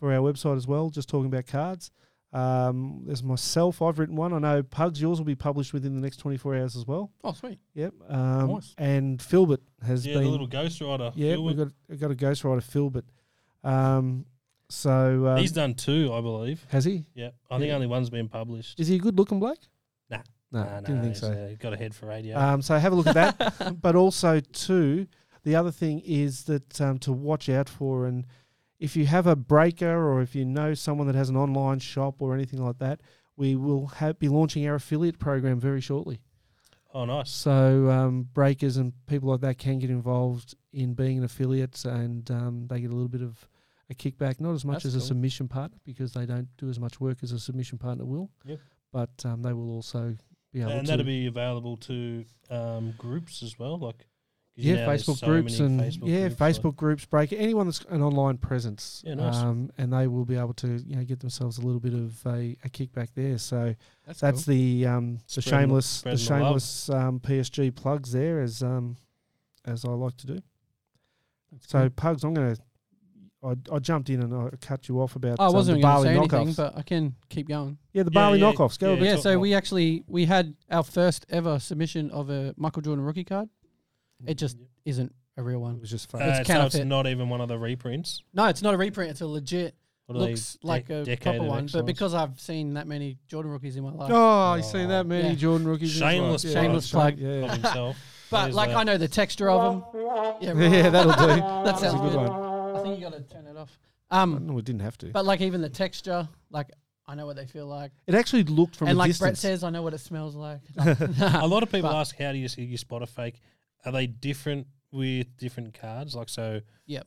Speaker 3: for our website as well, just talking about cards. Um, there's myself. I've written one. I know Pugs. Yours will be published within the next 24 hours as well.
Speaker 5: oh sweet,
Speaker 3: Yep. Um,
Speaker 5: Nice.
Speaker 3: And Philbert has
Speaker 4: Yeah,
Speaker 3: been
Speaker 4: the little Ghost Rider.
Speaker 3: yeah,
Speaker 4: Phil
Speaker 3: we've
Speaker 4: would-
Speaker 3: got we've got a ghostwriter Philbert. Um, so um,
Speaker 4: he's done two, I believe.
Speaker 3: has he?
Speaker 4: Yeah, I think
Speaker 3: Yeah.
Speaker 4: only one's been published.
Speaker 3: Is he a good looking bloke?
Speaker 4: Nah.
Speaker 3: no,
Speaker 4: Nah,
Speaker 3: didn't
Speaker 4: nah,
Speaker 3: think
Speaker 4: he's,
Speaker 3: so.
Speaker 4: uh, he's got a head for radio.
Speaker 3: Um, so have a look at that. but also too, the other thing is that um, to watch out for, and if you have a breaker or if you know someone that has an online shop or anything like that, we will have, be launching our affiliate program very shortly.
Speaker 4: oh, nice.
Speaker 3: So um, breakers and people like that can get involved in being an affiliate, and um, they get a little bit of a kickback, not as much as
Speaker 5: That's
Speaker 3: a
Speaker 5: cool.
Speaker 3: submission partner because they don't do as much work as a submission partner will.
Speaker 4: Yep.
Speaker 3: But um, they will also be able
Speaker 4: and
Speaker 3: to.
Speaker 4: that'll be available to um, groups as well, like 'cause you
Speaker 3: yeah,
Speaker 4: know there's
Speaker 3: Facebook
Speaker 4: so
Speaker 3: groups
Speaker 4: many
Speaker 3: and yeah,
Speaker 4: groups, like-
Speaker 3: Facebook groups, breaker, anyone that's an online presence,
Speaker 4: Yeah, nice.
Speaker 3: um, and they will be able to you know get themselves a little bit of a, a kickback there. So
Speaker 5: that's,
Speaker 3: that's
Speaker 5: cool.
Speaker 3: the um, the
Speaker 4: Spreading the-
Speaker 3: shameless the
Speaker 4: spreading the love.
Speaker 3: shameless um, PSG plugs there as um, as I like to do. So pugs, I'm gonna. I, I jumped in and I cut you off about.
Speaker 5: Oh, I
Speaker 3: um,
Speaker 5: wasn't
Speaker 3: the
Speaker 5: going
Speaker 3: Bali
Speaker 5: to say
Speaker 3: knockoffs.
Speaker 5: anything, but I can keep going.
Speaker 3: yeah, the
Speaker 4: Yeah,
Speaker 3: Bali
Speaker 4: yeah,
Speaker 3: knockoffs. Go.
Speaker 4: yeah.
Speaker 3: Yeah.
Speaker 5: yeah,
Speaker 4: talk
Speaker 5: so
Speaker 4: more.
Speaker 5: we actually we had our first ever submission of a Michael Jordan rookie card. It just isn't a real
Speaker 3: It
Speaker 5: one.
Speaker 3: was just
Speaker 4: Uh,
Speaker 3: fun.
Speaker 5: it's
Speaker 4: so it's
Speaker 5: counterfeit.
Speaker 4: not even one of the reprints.
Speaker 5: No, it's not a reprint. It's a legit.
Speaker 4: What are they,
Speaker 5: looks
Speaker 4: de-
Speaker 5: like a
Speaker 4: decade
Speaker 5: proper
Speaker 4: of
Speaker 5: one, but
Speaker 4: excellence?
Speaker 5: because I've seen that many Jordan rookies in my life,
Speaker 3: oh, you see that many
Speaker 5: Yeah.
Speaker 3: Jordan rookies. in his
Speaker 4: Shameless
Speaker 3: life.
Speaker 4: plug. Shameless
Speaker 5: plug.
Speaker 4: of
Speaker 3: Yeah,
Speaker 4: himself,
Speaker 5: but
Speaker 4: There's
Speaker 5: like
Speaker 4: that.
Speaker 5: I know the texture of them. Yeah,
Speaker 3: yeah,
Speaker 5: right.
Speaker 3: that'll do.
Speaker 5: that
Speaker 3: That's a
Speaker 5: sounds
Speaker 3: good
Speaker 5: good.
Speaker 3: one.
Speaker 5: I think you got to turn it off.
Speaker 3: Oh,
Speaker 5: Um,
Speaker 3: No, we didn't have to.
Speaker 5: but like even the texture, like I know what they feel like,
Speaker 3: It actually looked from
Speaker 5: and
Speaker 3: a
Speaker 5: like Brett
Speaker 3: distance.
Speaker 5: says, I know what it smells like.
Speaker 4: a lot of people
Speaker 5: But-
Speaker 4: ask, "How do you see you spot a fake? Are they different with different cards? Like so?
Speaker 5: Yep.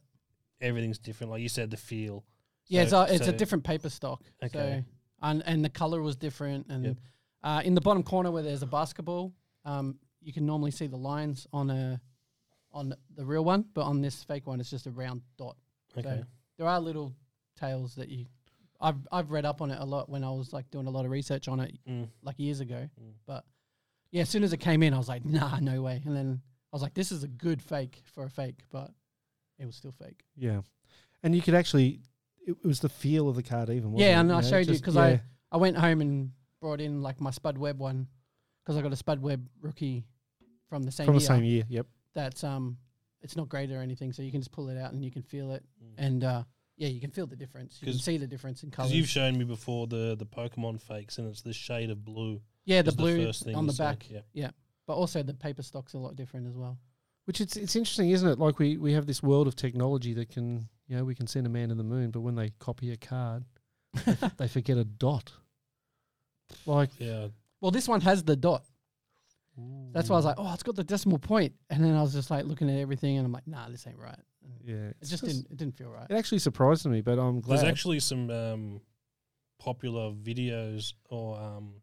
Speaker 4: everything's different. Like you said, the feel.
Speaker 5: Yeah, it's,
Speaker 4: So-
Speaker 5: a, it's
Speaker 4: so-
Speaker 5: a different paper stock.
Speaker 4: Okay.
Speaker 5: So and and the color was different. And
Speaker 4: Yep.
Speaker 5: uh, in the bottom corner where there's a basketball, um, you can normally see the lines on a on the real one, but on this fake one, it's just a round dot.
Speaker 4: Okay,
Speaker 5: So there are little tales that you. I've I've read up on it a lot when I was like doing a lot of research on it
Speaker 4: Mm.
Speaker 5: like years ago.
Speaker 4: Mm.
Speaker 5: But yeah, as soon as it came in, I was like, nah, no way. And then I was like, this is a good fake for a fake, but it was still fake.
Speaker 3: Yeah, and you could actually. It was the feel of the card, even. Wasn't
Speaker 5: Yeah,
Speaker 3: it?
Speaker 5: and I
Speaker 3: know,
Speaker 5: showed you
Speaker 3: just-
Speaker 5: 'cause I- I went home and brought in like my Spud Webb one because I got a Spud Webb rookie from the same
Speaker 3: from
Speaker 5: year.
Speaker 3: the same year. Yep.
Speaker 5: That's um, it's not graded or anything, so you can just pull it out and you can feel it,
Speaker 4: Mm.
Speaker 5: and uh, yeah, you can feel the difference. You can
Speaker 4: 'Cause-
Speaker 5: see the difference in
Speaker 4: because
Speaker 5: colors.
Speaker 4: you've shown me before the the Pokemon fakes, and it's the shade of blue.
Speaker 5: yeah, the
Speaker 4: is
Speaker 5: blue
Speaker 4: first thing
Speaker 5: on
Speaker 4: you
Speaker 5: the
Speaker 4: see.
Speaker 5: back,
Speaker 4: Yeah.
Speaker 5: but also the paper stock's a lot different as well.
Speaker 3: Which it's it's interesting, isn't it? Like we we have this world of technology that can you know we can send a man to the moon, but when they copy a card, they f- they forget a dot. Like
Speaker 4: Yeah,
Speaker 5: Well, this one has the dot. That's why I was like, oh, it's got the decimal point, and then I was just like looking at everything, and I'm like, nah, this ain't right. And
Speaker 3: yeah,
Speaker 5: It just didn't. It didn't feel right.
Speaker 3: It actually surprised me, but I'm glad.
Speaker 4: There's actually some um, popular videos, or um,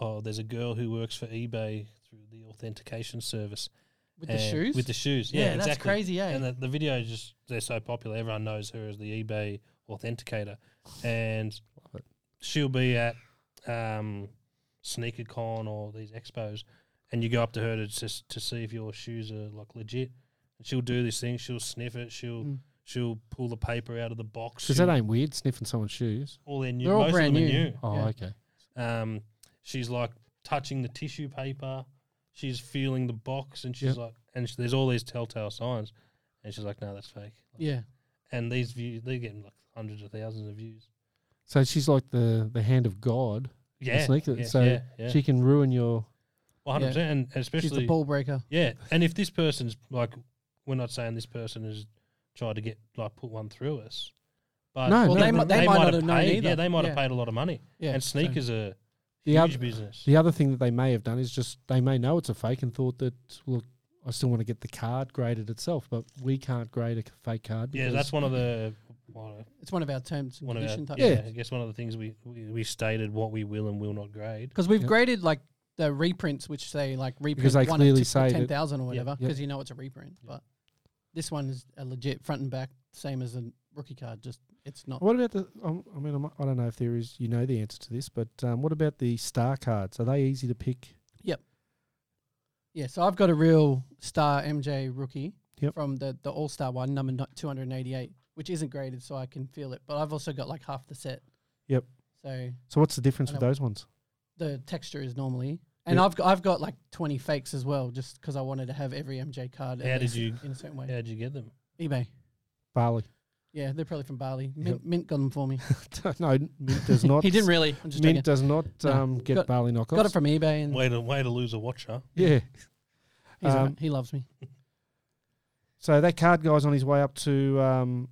Speaker 4: oh, there's a girl who works for eBay through the authentication service
Speaker 5: With the
Speaker 4: and-
Speaker 5: shoes.
Speaker 4: With the shoes,
Speaker 5: yeah,
Speaker 4: yeah,
Speaker 5: that's
Speaker 4: exactly.
Speaker 5: crazy, eh?
Speaker 4: And the, the video is just they're so popular, everyone knows her as the eBay authenticator, and
Speaker 3: Love it.
Speaker 4: she'll be at um, SneakerCon or these expos, and you go up to her to just to see if your shoes are like legit. And she'll do this thing. She'll sniff it. She'll
Speaker 5: Mm.
Speaker 4: she'll pull the paper out of the box.
Speaker 3: because
Speaker 4: she'll
Speaker 3: that ain't weird sniffing someone's shoes.
Speaker 4: all their new.
Speaker 5: They're all
Speaker 4: most
Speaker 5: brand
Speaker 4: of them
Speaker 5: new.
Speaker 4: are new.
Speaker 3: Oh,
Speaker 5: Yeah.
Speaker 3: okay.
Speaker 4: Um, she's like touching the tissue paper. she's feeling the box and she's
Speaker 3: Yep.
Speaker 4: like, and sh there's all these telltale signs, and she's like, no, that's fake. Like,
Speaker 5: Yeah.
Speaker 4: And these views, they're getting like hundreds of thousands of views.
Speaker 3: So she's like the the hand of God.
Speaker 4: Yeah,
Speaker 3: sneak it,
Speaker 4: yeah,
Speaker 3: so
Speaker 4: yeah, yeah.
Speaker 3: She can ruin your.
Speaker 4: Well, 100%, and
Speaker 5: She's the
Speaker 4: especially
Speaker 5: ball breaker.
Speaker 4: Yeah, and if this person's like, we're not saying this person has tried to get like put one through us, but
Speaker 3: No,
Speaker 5: Well,
Speaker 3: no,
Speaker 5: they,
Speaker 3: no.
Speaker 5: mi- they, might not have
Speaker 4: paid,
Speaker 5: known either.
Speaker 4: Yeah, they might have
Speaker 5: Yeah.
Speaker 4: paid a lot of money,
Speaker 5: Yeah.
Speaker 4: and
Speaker 5: so-
Speaker 4: sneakers are
Speaker 3: The
Speaker 4: huge
Speaker 3: oth-
Speaker 4: business.
Speaker 3: The other thing that they may have done is just they may know it's a fake and thought that look, I still want to get the card graded itself, but we can't grade a c- fake card.
Speaker 4: Yeah,
Speaker 3: because-
Speaker 4: that's one of the well,
Speaker 5: It's one of our terms and
Speaker 4: one of our,
Speaker 5: condition type.
Speaker 4: yeah,
Speaker 3: Yeah.
Speaker 4: I guess one of the things we, we we stated what we will and will not grade.
Speaker 5: Because we've
Speaker 3: Yep.
Speaker 5: graded like the reprints, which say like reprint
Speaker 3: they
Speaker 5: one
Speaker 3: clearly
Speaker 5: of
Speaker 3: say that-
Speaker 5: ten thousand or whatever,
Speaker 3: Yep.
Speaker 5: because you know it's a reprint. But this one is a legit front and back, same as a rookie card. Just it's not.
Speaker 3: What about the? Um, I mean, I'm, I don't know if there is. You know the answer to this, but um, what about the star cards? Are they easy to pick?
Speaker 5: Yeah, so I've got a real star MJ rookie
Speaker 3: Yep.
Speaker 5: from the the All Star one, number two hundred and eighty eight, which isn't graded, so I can feel it. But I've also got like half the set.
Speaker 3: Yep.
Speaker 5: So
Speaker 3: So what's the difference
Speaker 5: I
Speaker 3: with
Speaker 5: know.
Speaker 3: those ones?
Speaker 5: the texture is normally. And
Speaker 3: Yep.
Speaker 5: I've got, I've got like 20 fakes as well, just because I wanted to have every MJ card. at
Speaker 4: How did
Speaker 5: least
Speaker 4: you-
Speaker 5: In a certain way.
Speaker 4: How would you get them?
Speaker 5: eBay.
Speaker 3: Barley.
Speaker 5: Yeah, they're probably from Bali. Mint, Mint got them for me.
Speaker 3: no, mint does not.
Speaker 5: he didn't really. I'm just
Speaker 3: mint
Speaker 5: joking.
Speaker 3: does not
Speaker 5: No.
Speaker 3: um, get
Speaker 5: Got-
Speaker 3: barley knockoffs.
Speaker 5: Got it from eBay, and
Speaker 4: Way to way to lose a watcher.
Speaker 3: yeah.
Speaker 5: he's all right.
Speaker 3: um,
Speaker 5: he loves me.
Speaker 3: So that card guy's on his way up to um,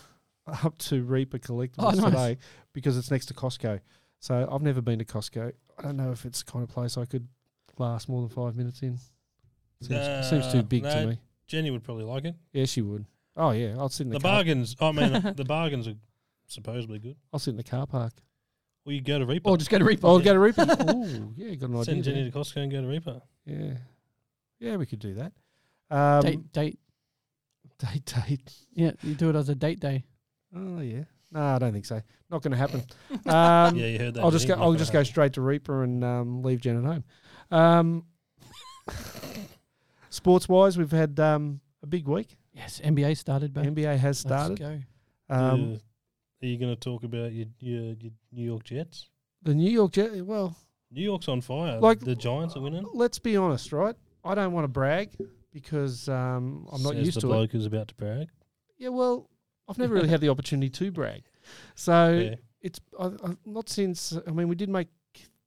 Speaker 3: up to Reaper Collectibles
Speaker 5: Oh, nice.
Speaker 3: today because it's next to Costco. So I've never been to Costco. I don't know if it's the kind of place I could last more than five minutes in. Seems, seems
Speaker 5: Uh,
Speaker 3: too
Speaker 4: Nah,
Speaker 3: big to
Speaker 4: nah.
Speaker 3: me.
Speaker 4: Jenny would probably like it.
Speaker 3: Yeah, she would. Oh yeah, I'll sit in
Speaker 4: The,
Speaker 3: the, car.
Speaker 4: bargains, I mean, the bargains are supposedly good.
Speaker 3: I'll sit in the car park.
Speaker 4: Well, you go to Reaper.
Speaker 5: Or just go to Reaper.
Speaker 3: Oh, I'll go to Reaper. Ooh, yeah, got an idea.
Speaker 4: send Jenny
Speaker 3: there.
Speaker 4: to Costco and go to Reaper.
Speaker 3: Yeah, yeah, we could do that. Um,
Speaker 5: date, date.
Speaker 3: date, date.
Speaker 5: Yeah, you do it as a date day.
Speaker 3: Oh yeah. No, I don't think so. Not going to happen. Um,
Speaker 4: yeah, you heard that.
Speaker 3: I'll just
Speaker 4: Jenny.
Speaker 3: go.
Speaker 4: Not
Speaker 3: I'll
Speaker 4: gonna
Speaker 3: just go
Speaker 4: happen.
Speaker 3: straight to Reaper and um, leave Jen at home. Um, sports wise, we've had um, a big week.
Speaker 5: Yes, NBA started, babe.
Speaker 3: NBA has
Speaker 5: Let's
Speaker 3: started.
Speaker 5: go.
Speaker 3: Um,
Speaker 4: Uh, are you going to talk about your, your your New York Jets?
Speaker 3: The New York Jets. Well,
Speaker 4: New York's on fire.
Speaker 3: Like-
Speaker 4: the Giants are winning.
Speaker 3: let's be honest, right? I don't want to brag because um, I'm not
Speaker 4: Says
Speaker 3: used
Speaker 4: the
Speaker 3: to it.
Speaker 4: bloke who's about to brag.
Speaker 3: Yeah, well, I've never really had the opportunity to brag. So
Speaker 4: Yeah.
Speaker 3: it's I, I, not since. I mean, we did make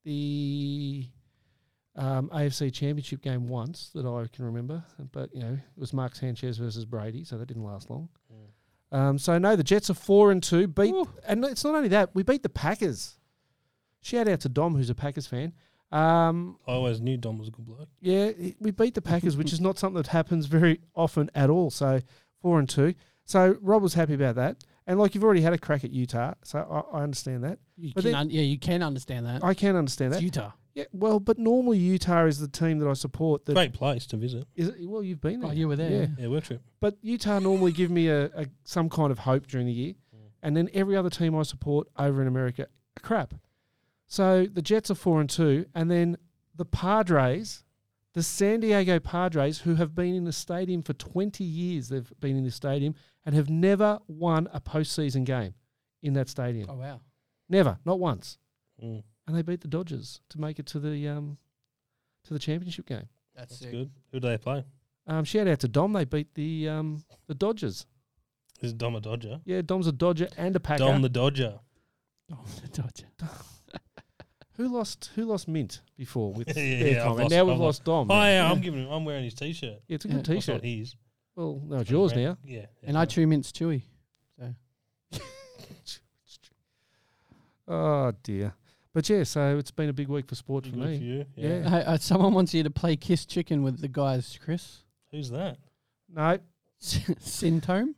Speaker 3: the um, AFC Championship game once that I can remember, but you know it was Mark Sanchez versus Brady, so that didn't last long. Um, so no, the Jets are four and two. Beat, and it's not only that we beat the Packers. Shout out to Dom, who's a Packers fan. Um,
Speaker 4: I always knew Dom was a good bloke.
Speaker 3: yeah, it- we beat the Packers, which is not something that happens very often at all. So four and two. So Rob was happy about that, and like you've already had a crack at Utah, so I, I understand that.
Speaker 5: You
Speaker 3: But
Speaker 5: can
Speaker 3: then-
Speaker 5: un- yeah, you can understand that.
Speaker 3: I can understand
Speaker 5: It's
Speaker 3: that.
Speaker 5: Utah.
Speaker 3: Yeah, well, but normally Utah is the team that I support. That
Speaker 4: Great place to visit.
Speaker 3: is, well, you've been there.
Speaker 5: Oh, you were there.
Speaker 3: Yeah.
Speaker 5: yeah.
Speaker 4: Yeah, work trip.
Speaker 3: But Utah normally give me a, a some kind of hope during the year, and then every other team I support over in America, are crap. So the Jets are four and two, and then the Padres, the San Diego Padres, who have been in the stadium for twenty years, they've been in the stadium and have never won a postseason game in that stadium.
Speaker 5: Oh wow.
Speaker 3: Never, not once
Speaker 4: Mm,
Speaker 3: and they beat the Dodgers to make it to the um, to the championship game.
Speaker 4: that's
Speaker 5: That's, sick.
Speaker 4: good. Who do they play?
Speaker 3: Um, shout out to Dom. They beat the um, the Dodgers.
Speaker 4: Is Dom a Dodger?
Speaker 3: Yeah, Dom's a Dodger and a Packer.
Speaker 4: Dom the Dodger.
Speaker 5: Oh,
Speaker 3: who lost Who lost Mint before with
Speaker 4: Yeah,
Speaker 3: their
Speaker 4: yeah, I've
Speaker 3: comment?
Speaker 4: lost-
Speaker 3: now we've
Speaker 4: I've
Speaker 3: lost Dom.
Speaker 4: Oh
Speaker 3: yeah.
Speaker 4: yeah, I'm giving. Him, I'm wearing his T-shirt.
Speaker 3: it's a good
Speaker 5: Yeah.
Speaker 4: It's not
Speaker 3: T-shirt.
Speaker 4: his.
Speaker 3: Well, no, it's yours now.
Speaker 4: Yeah.
Speaker 5: And I chew mints chewy.
Speaker 3: Oh dear. But yeah, so it's been a big week for sport
Speaker 4: Good
Speaker 3: for
Speaker 4: for
Speaker 3: me.
Speaker 4: you. Yeah.
Speaker 3: Yeah.
Speaker 5: Hey, uh, someone wants you to play Kiss Chicken with the guys, Chris.
Speaker 4: Who's that?
Speaker 3: No,
Speaker 5: Syntome.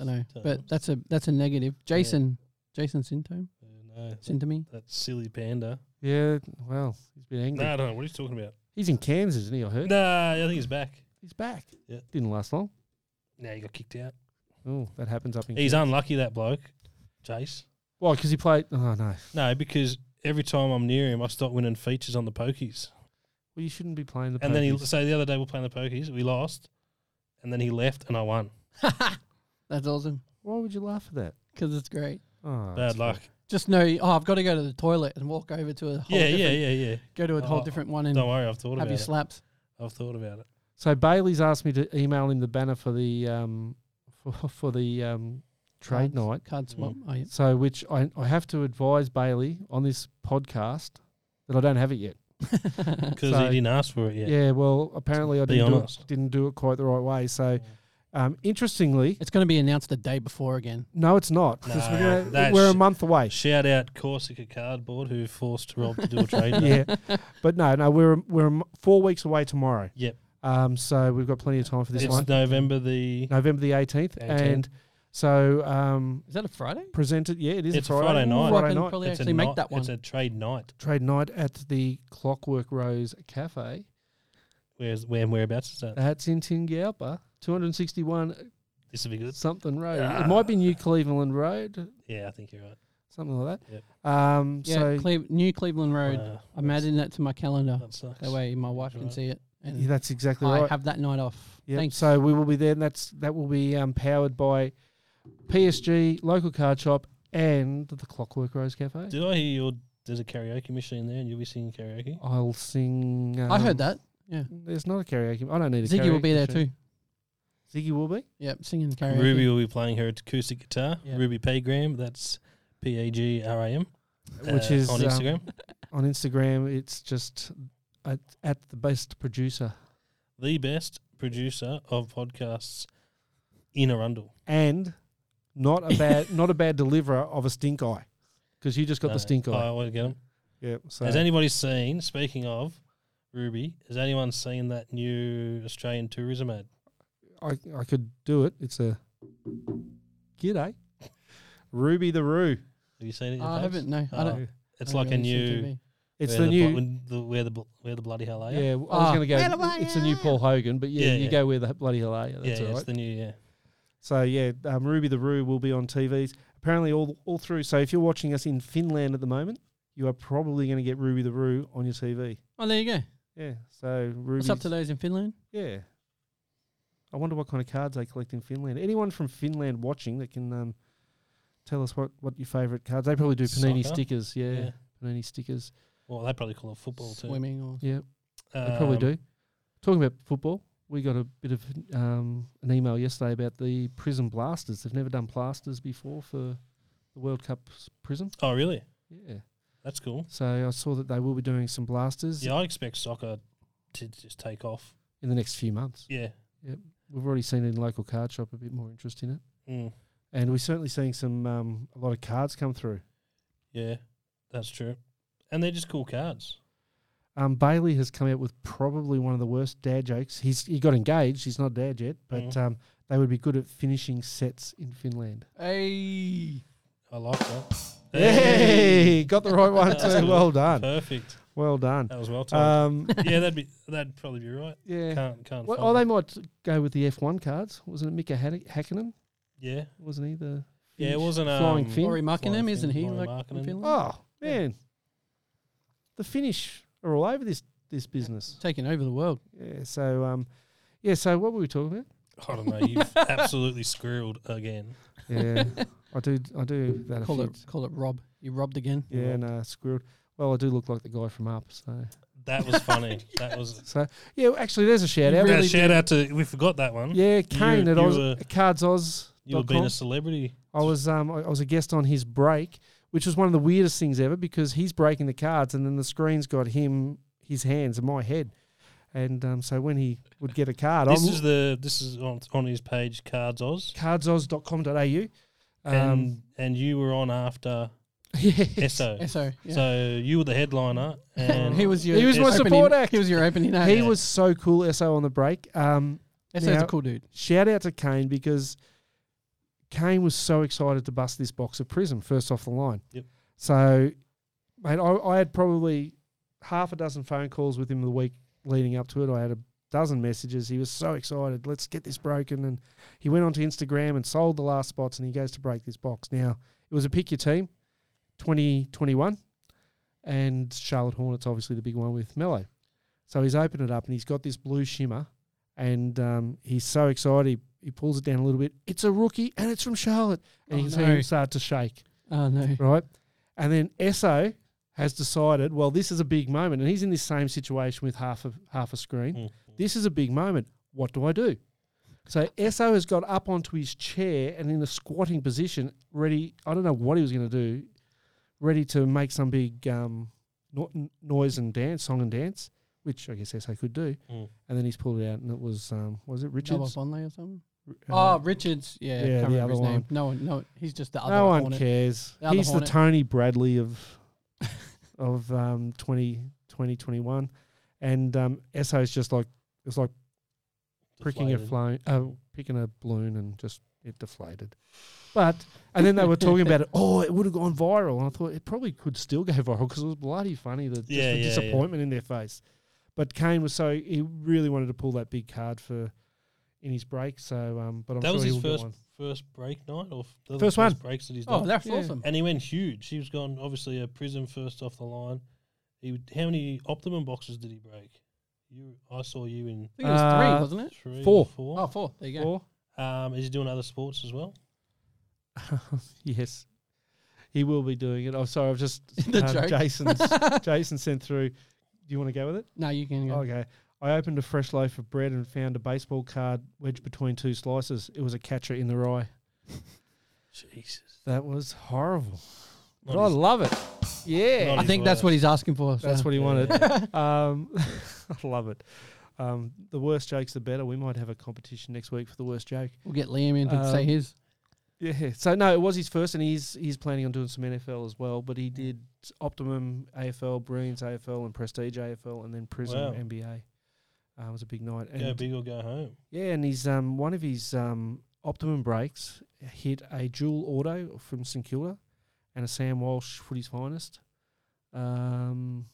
Speaker 5: I know,
Speaker 4: Syntome.
Speaker 5: but that's a that's a negative. Jason, Jason Syntome,
Speaker 4: Uh, no,
Speaker 5: Syntome.
Speaker 4: that silly panda.
Speaker 3: yeah, well, he's been angry.
Speaker 4: No, I don't know what he's talking about.
Speaker 3: He's in Kansas, isn't he? I heard
Speaker 4: Nah, I think he's back.
Speaker 3: he's back.
Speaker 4: Yeah.
Speaker 3: Didn't last long.
Speaker 4: Now he got kicked out.
Speaker 3: Oh, that happens up in.
Speaker 4: He's unlucky that bloke, Chase.
Speaker 3: Why? Because he played. Oh no.
Speaker 4: No, because every time I'm near him, I start winning features on the pokies.
Speaker 3: Well, you shouldn't be playing the.
Speaker 4: And then he
Speaker 3: pokies.
Speaker 4: so the other day we're playing the pokies, we lost, and then he left and I won.
Speaker 5: That's awesome
Speaker 3: Why would you laugh at that?
Speaker 5: because it's great.
Speaker 3: Oh,
Speaker 4: Bad
Speaker 3: that's
Speaker 4: luck.
Speaker 5: just know, oh, I've got to go to the toilet and walk over to a whole
Speaker 4: Yeah, yeah,
Speaker 5: different,
Speaker 4: yeah, yeah.
Speaker 5: go to a whole
Speaker 4: Oh,
Speaker 5: different one and
Speaker 4: Don't worry, I've thought about
Speaker 5: have your
Speaker 4: it.
Speaker 5: slaps.
Speaker 4: I've thought about it.
Speaker 3: So Bailey's asked me to email him the banner for the um, for, for the um, trade
Speaker 5: Cards-
Speaker 3: night.
Speaker 5: Card swap. Oh, yeah.
Speaker 3: So which I, I have to advise Bailey on this podcast that I don't have it yet.
Speaker 4: Because
Speaker 3: So-
Speaker 4: he didn't ask for it
Speaker 3: Yeah.
Speaker 4: yet.
Speaker 3: well, apparently I
Speaker 4: Be
Speaker 3: didn't do, it,
Speaker 4: honest. Mm.
Speaker 3: didn't do it quite the right way. So, um, interestingly,
Speaker 5: It's going to be announced the day before again.
Speaker 3: no, it's not because
Speaker 4: No,
Speaker 3: we're, gonna,
Speaker 4: that's-
Speaker 3: we're a month away.
Speaker 4: Shout out Corsica Cardboard who forced Rob to do a trade. day.
Speaker 3: yeah, but no, no, we're we're a m- four weeks away tomorrow.
Speaker 4: Yep.
Speaker 3: Um, so we've got plenty of time for this
Speaker 4: It's
Speaker 3: one,
Speaker 4: November the.
Speaker 3: November the eighteenth,
Speaker 4: 18th.
Speaker 3: and so um,
Speaker 5: Is that a Friday?
Speaker 3: presented. Yeah, it is
Speaker 4: It's
Speaker 3: a
Speaker 4: a
Speaker 3: Friday,
Speaker 4: Friday night.
Speaker 5: I
Speaker 3: Friday
Speaker 5: can
Speaker 3: night
Speaker 5: probably
Speaker 4: it's a
Speaker 5: actually make
Speaker 4: night-
Speaker 5: that one.
Speaker 4: It's a trade night.
Speaker 3: trade night at the Clockwork Rose Cafe.
Speaker 4: Where's where and whereabouts is that?
Speaker 3: That's in Tingalpa, two hundred and sixty-one
Speaker 4: This would be good.
Speaker 3: something road. It might be New Cleveland Road,
Speaker 4: Yeah, I think you're right.
Speaker 3: something like that.
Speaker 4: Yep.
Speaker 3: Um,
Speaker 5: yeah,
Speaker 3: so
Speaker 5: Cle- New Cleveland Road.
Speaker 4: Uh,
Speaker 5: I'm
Speaker 4: that's-
Speaker 5: adding that to my calendar.
Speaker 4: That sucks.
Speaker 5: That way my wife can
Speaker 4: Right.
Speaker 5: see it. And
Speaker 3: yeah, that's exactly
Speaker 5: I
Speaker 3: right.
Speaker 5: have that night off.
Speaker 3: Yep.
Speaker 5: Thanks.
Speaker 3: So we will be there, and that's that will be um, powered by PSG, local card shop, and the Clockwork Rose Cafe.
Speaker 4: Did I hear your there's a karaoke machine there and you'll be singing karaoke?
Speaker 3: I'll sing. Um,
Speaker 5: I heard that.
Speaker 3: There's not a karaoke. I don't need a
Speaker 5: Ziggy will be
Speaker 3: karaoke
Speaker 5: there
Speaker 3: machine.
Speaker 5: too.
Speaker 3: Ziggy will be.
Speaker 5: Yep, singing karaoke.
Speaker 4: Ruby will be playing her acoustic guitar.
Speaker 5: Yeah.
Speaker 4: Ruby Pagram, that's P A G R A M, uh,
Speaker 3: Which is,
Speaker 4: on
Speaker 3: um,
Speaker 4: Instagram.
Speaker 3: On Instagram, it's just at, at the best producer
Speaker 4: the best producer of podcasts in Arundel.
Speaker 3: and not a bad not a bad deliverer of a stink eye because you just got
Speaker 4: No,
Speaker 3: the stink
Speaker 4: Uh, I
Speaker 3: eye.
Speaker 4: always get 'em.
Speaker 3: yeah. So
Speaker 4: Has anybody seen? Speaking of Ruby, has anyone seen that new Australian tourism ad?
Speaker 3: I I could do it. It's a g'day, Ruby the Roo.
Speaker 4: Have you seen it?
Speaker 5: Uh, I
Speaker 4: Babes?
Speaker 5: haven't. No, I
Speaker 4: Oh,
Speaker 5: don't.
Speaker 4: It's
Speaker 5: I
Speaker 4: like a
Speaker 5: don't really
Speaker 4: new.
Speaker 5: see TV.
Speaker 3: It's
Speaker 4: where
Speaker 3: the new.
Speaker 4: blo- when the, where the bl- where the bloody hell are you?
Speaker 3: Yeah, I was
Speaker 5: Ah.
Speaker 3: going to
Speaker 5: Where
Speaker 3: go.
Speaker 5: the bloody
Speaker 3: It's a new
Speaker 5: hell
Speaker 3: Paul
Speaker 5: are
Speaker 3: Hogan, but yeah,
Speaker 4: Yeah,
Speaker 3: you
Speaker 4: yeah.
Speaker 3: go where the bloody hell are you?
Speaker 4: yeah,
Speaker 3: That's
Speaker 4: yeah,
Speaker 3: all
Speaker 4: it's
Speaker 3: right.
Speaker 4: the new yeah.
Speaker 3: so yeah, um, Ruby the Roo will be on TVs apparently all all through. So if you're watching us in Finland at the moment, you are probably going to get Ruby the Roo on your TV.
Speaker 5: Oh, there you go.
Speaker 3: Yeah. So Ruby.
Speaker 5: What's up to those in Finland?
Speaker 3: Yeah. I wonder what kind of cards they collect in Finland. Anyone from Finland watching that can um, tell us what, what your favourite cards? They probably do panini
Speaker 4: Soccer?
Speaker 3: stickers. Yeah,
Speaker 4: Yeah.
Speaker 3: panini stickers.
Speaker 4: Well, they probably call it football too.
Speaker 5: Swimming or
Speaker 3: Yeah, they probably
Speaker 4: Um,
Speaker 3: do. Talking about football, we got a bit of um, an email yesterday about the prison blasters. They've never done plasters before for the World Cup prison.
Speaker 4: Oh, really?
Speaker 3: Yeah.
Speaker 4: That's cool.
Speaker 3: So I saw that they will be doing some blasters
Speaker 4: Yeah, I expect soccer to just take off.
Speaker 3: in the next few months.
Speaker 4: Yeah.
Speaker 3: We've already seen in local card shop a bit more interest in it.
Speaker 4: Mm.
Speaker 3: And we're certainly seeing some um, a lot of cards come through.
Speaker 4: Yeah, that's true. And they're just cool cards.
Speaker 3: Um, Bailey has come out with probably one of the worst dad jokes. He's he got engaged. He's not dad yet, but
Speaker 4: Mhm.
Speaker 3: um, they would be good at finishing sets in Finland.
Speaker 5: Hey,
Speaker 4: I like that.
Speaker 3: Hey, got the right one
Speaker 4: That's
Speaker 3: too.
Speaker 4: good.
Speaker 3: Well done.
Speaker 4: Perfect.
Speaker 3: Well done.
Speaker 4: That was well timed.
Speaker 3: Um,
Speaker 4: yeah, that'd be that'd probably be right.
Speaker 3: yeah.
Speaker 4: Can't can't.
Speaker 3: Well, oh,
Speaker 4: fault
Speaker 3: they
Speaker 4: it.
Speaker 3: might go with the F1 cards. Wasn't it Mika Hak- Hakkinen?
Speaker 4: yeah,
Speaker 3: Wasn't he the
Speaker 4: yeah. It
Speaker 3: Finnish
Speaker 4: wasn't um,
Speaker 3: flying fin?
Speaker 5: Ori Markkinen,
Speaker 4: Flying
Speaker 5: isn't
Speaker 4: Fin-
Speaker 5: he?
Speaker 4: Ori
Speaker 5: Like
Speaker 4: Markkinen.
Speaker 5: in Finland?
Speaker 3: Oh
Speaker 5: Yeah.
Speaker 3: man, the Finnish are all over this this business.
Speaker 5: taking over the world.
Speaker 3: Yeah. So um, yeah. So what were we talking about?
Speaker 4: I don't know. You've absolutely squirreled again.
Speaker 3: Yeah, I do. I do that. a
Speaker 5: Call
Speaker 3: few
Speaker 5: it, call it Rob. You robbed again.
Speaker 3: Yeah, no, squirreled. Well, I do look like the guy from Up, so
Speaker 4: That was funny. that was.
Speaker 3: so yeah. well, Actually, there's a shout out.
Speaker 4: Yeah,
Speaker 5: really
Speaker 4: shout out to we forgot that one.
Speaker 3: Yeah, Kane at
Speaker 4: you
Speaker 3: Oz,
Speaker 4: were-
Speaker 3: Cards Oz.
Speaker 4: you were being a celebrity.
Speaker 3: I was um I I was a guest on his break, which was one of the weirdest things ever because he's breaking the cards and then the screen's got him his hands and my head, and um so when he would get a card,
Speaker 4: This
Speaker 3: I'm
Speaker 4: is the this is on on his page Cards Oz,
Speaker 3: cardsoz.com.au. Um,
Speaker 4: and and you were on after
Speaker 3: yeah.
Speaker 4: Esso.
Speaker 5: So, yeah.
Speaker 4: So you were the headliner, and
Speaker 5: he was your
Speaker 3: He was my
Speaker 5: opening-
Speaker 3: support act.
Speaker 5: He was your opening act.
Speaker 3: he was so cool. So on the break, um,
Speaker 5: That's
Speaker 3: now-
Speaker 5: a cool dude.
Speaker 3: Shout out to Kane because Kane was so excited to bust this box of Prism first off the line.
Speaker 4: Yep.
Speaker 3: So, mate, I, I had probably half a dozen phone calls with him the week leading up to it. I had a dozen messages. He was so excited. Let's get this broken. And he went onto Instagram and sold the last spots and he goes to break this box. Now, it was a pick your team 2021 and Charlotte Hornets, obviously the big one with Mello. So he's opened it up and he's got this blue shimmer and um, he's so excited. He, he pulls it down a little bit. It's a rookie and it's from Charlotte. And
Speaker 5: Oh,
Speaker 3: you can see
Speaker 5: no.
Speaker 3: him start to shake,
Speaker 5: Oh no.
Speaker 3: right? And then Esso has decided, well, this is a big moment, and he's in this same situation with half of half a screen. This is a big moment. What do I do? So Esso has got up onto his chair and in a squatting position, ready. I don't know what he was going to do, ready to make some big um, no- n- noise and dance, song and dance, which I guess Esso could do.
Speaker 4: Mm.
Speaker 3: And then he's pulled it out, and it was um, was it
Speaker 5: Noah
Speaker 3: Richards?
Speaker 5: Bonley or something.
Speaker 3: Uh,
Speaker 5: oh, Richards. Yeah,
Speaker 3: yeah,
Speaker 5: can't
Speaker 3: the
Speaker 5: remember his
Speaker 3: other
Speaker 5: name.
Speaker 3: one.
Speaker 5: No one, no, he's just the other
Speaker 3: no one
Speaker 5: Hornet.
Speaker 3: cares.
Speaker 5: The other
Speaker 3: He's the
Speaker 5: Hornet.
Speaker 3: Tony Bradley of of um, 20, 2021. and um, Esso's just like it's like pricking a
Speaker 4: Deflated.
Speaker 3: fly, uh, picking a balloon, and just it deflated. But and then they were talking about it. Oh, it would have gone viral, and I thought it probably could still go viral because it was bloody funny. The, just
Speaker 4: Yeah,
Speaker 3: the
Speaker 4: yeah, yeah.
Speaker 3: disappointment in their face. But Kane was so he really wanted to pull that big card for in his break. So, um, but I'm
Speaker 4: That
Speaker 3: sure
Speaker 4: was
Speaker 3: he
Speaker 4: his
Speaker 3: will get
Speaker 4: first
Speaker 3: one.
Speaker 4: first break night or f- the
Speaker 3: First one.
Speaker 4: breaks that he's
Speaker 5: Oh,
Speaker 4: done.
Speaker 5: that's
Speaker 3: Yeah.
Speaker 5: awesome.
Speaker 4: and he went huge. He was gone obviously a prism first off the line. He how many optimum boxes did he break? You I saw you in
Speaker 5: I think it was three,
Speaker 3: Uh,
Speaker 5: wasn't it?
Speaker 4: three or
Speaker 3: Four. Oh.
Speaker 4: four.
Speaker 5: Oh, four. There you go.
Speaker 3: Four?
Speaker 4: Um, is he doing other sports as well?
Speaker 3: yes, he will be doing it. Oh, sorry, I've just um,
Speaker 5: The joke.
Speaker 3: Jason's Jason sent through. Do you want to go with it?
Speaker 5: No, you can go.
Speaker 3: Okay. I opened a fresh loaf of bread and found a baseball card wedged between two slices. It was a catcher in the rye.
Speaker 4: Jesus.
Speaker 3: That was horrible. But
Speaker 4: Not
Speaker 3: I
Speaker 4: his-
Speaker 3: love it. Yeah.
Speaker 4: Not
Speaker 5: I
Speaker 4: his
Speaker 5: think that's what
Speaker 4: worst.
Speaker 5: he's asking for. so.
Speaker 3: That's what he wanted.
Speaker 4: Yeah.
Speaker 3: Um, I love it. Um, the worse jokes, the better. We might have a competition next week for the worst joke.
Speaker 5: we'll get Liam in to say
Speaker 3: Um,
Speaker 5: his.
Speaker 3: Yeah. So no, it was his first, and he's he's planning on doing some NFL as well. But he did Optimum AFL, Brilliance AFL, and Prestige AFL, and then Prism
Speaker 4: Wow.
Speaker 3: NBA. Uh, it was a big night. And
Speaker 4: Go big or go home.
Speaker 3: yeah, and he's um one of his um Optimum breaks hit a dual auto from St Kilda, and a Sam Walsh footy's finest. Um,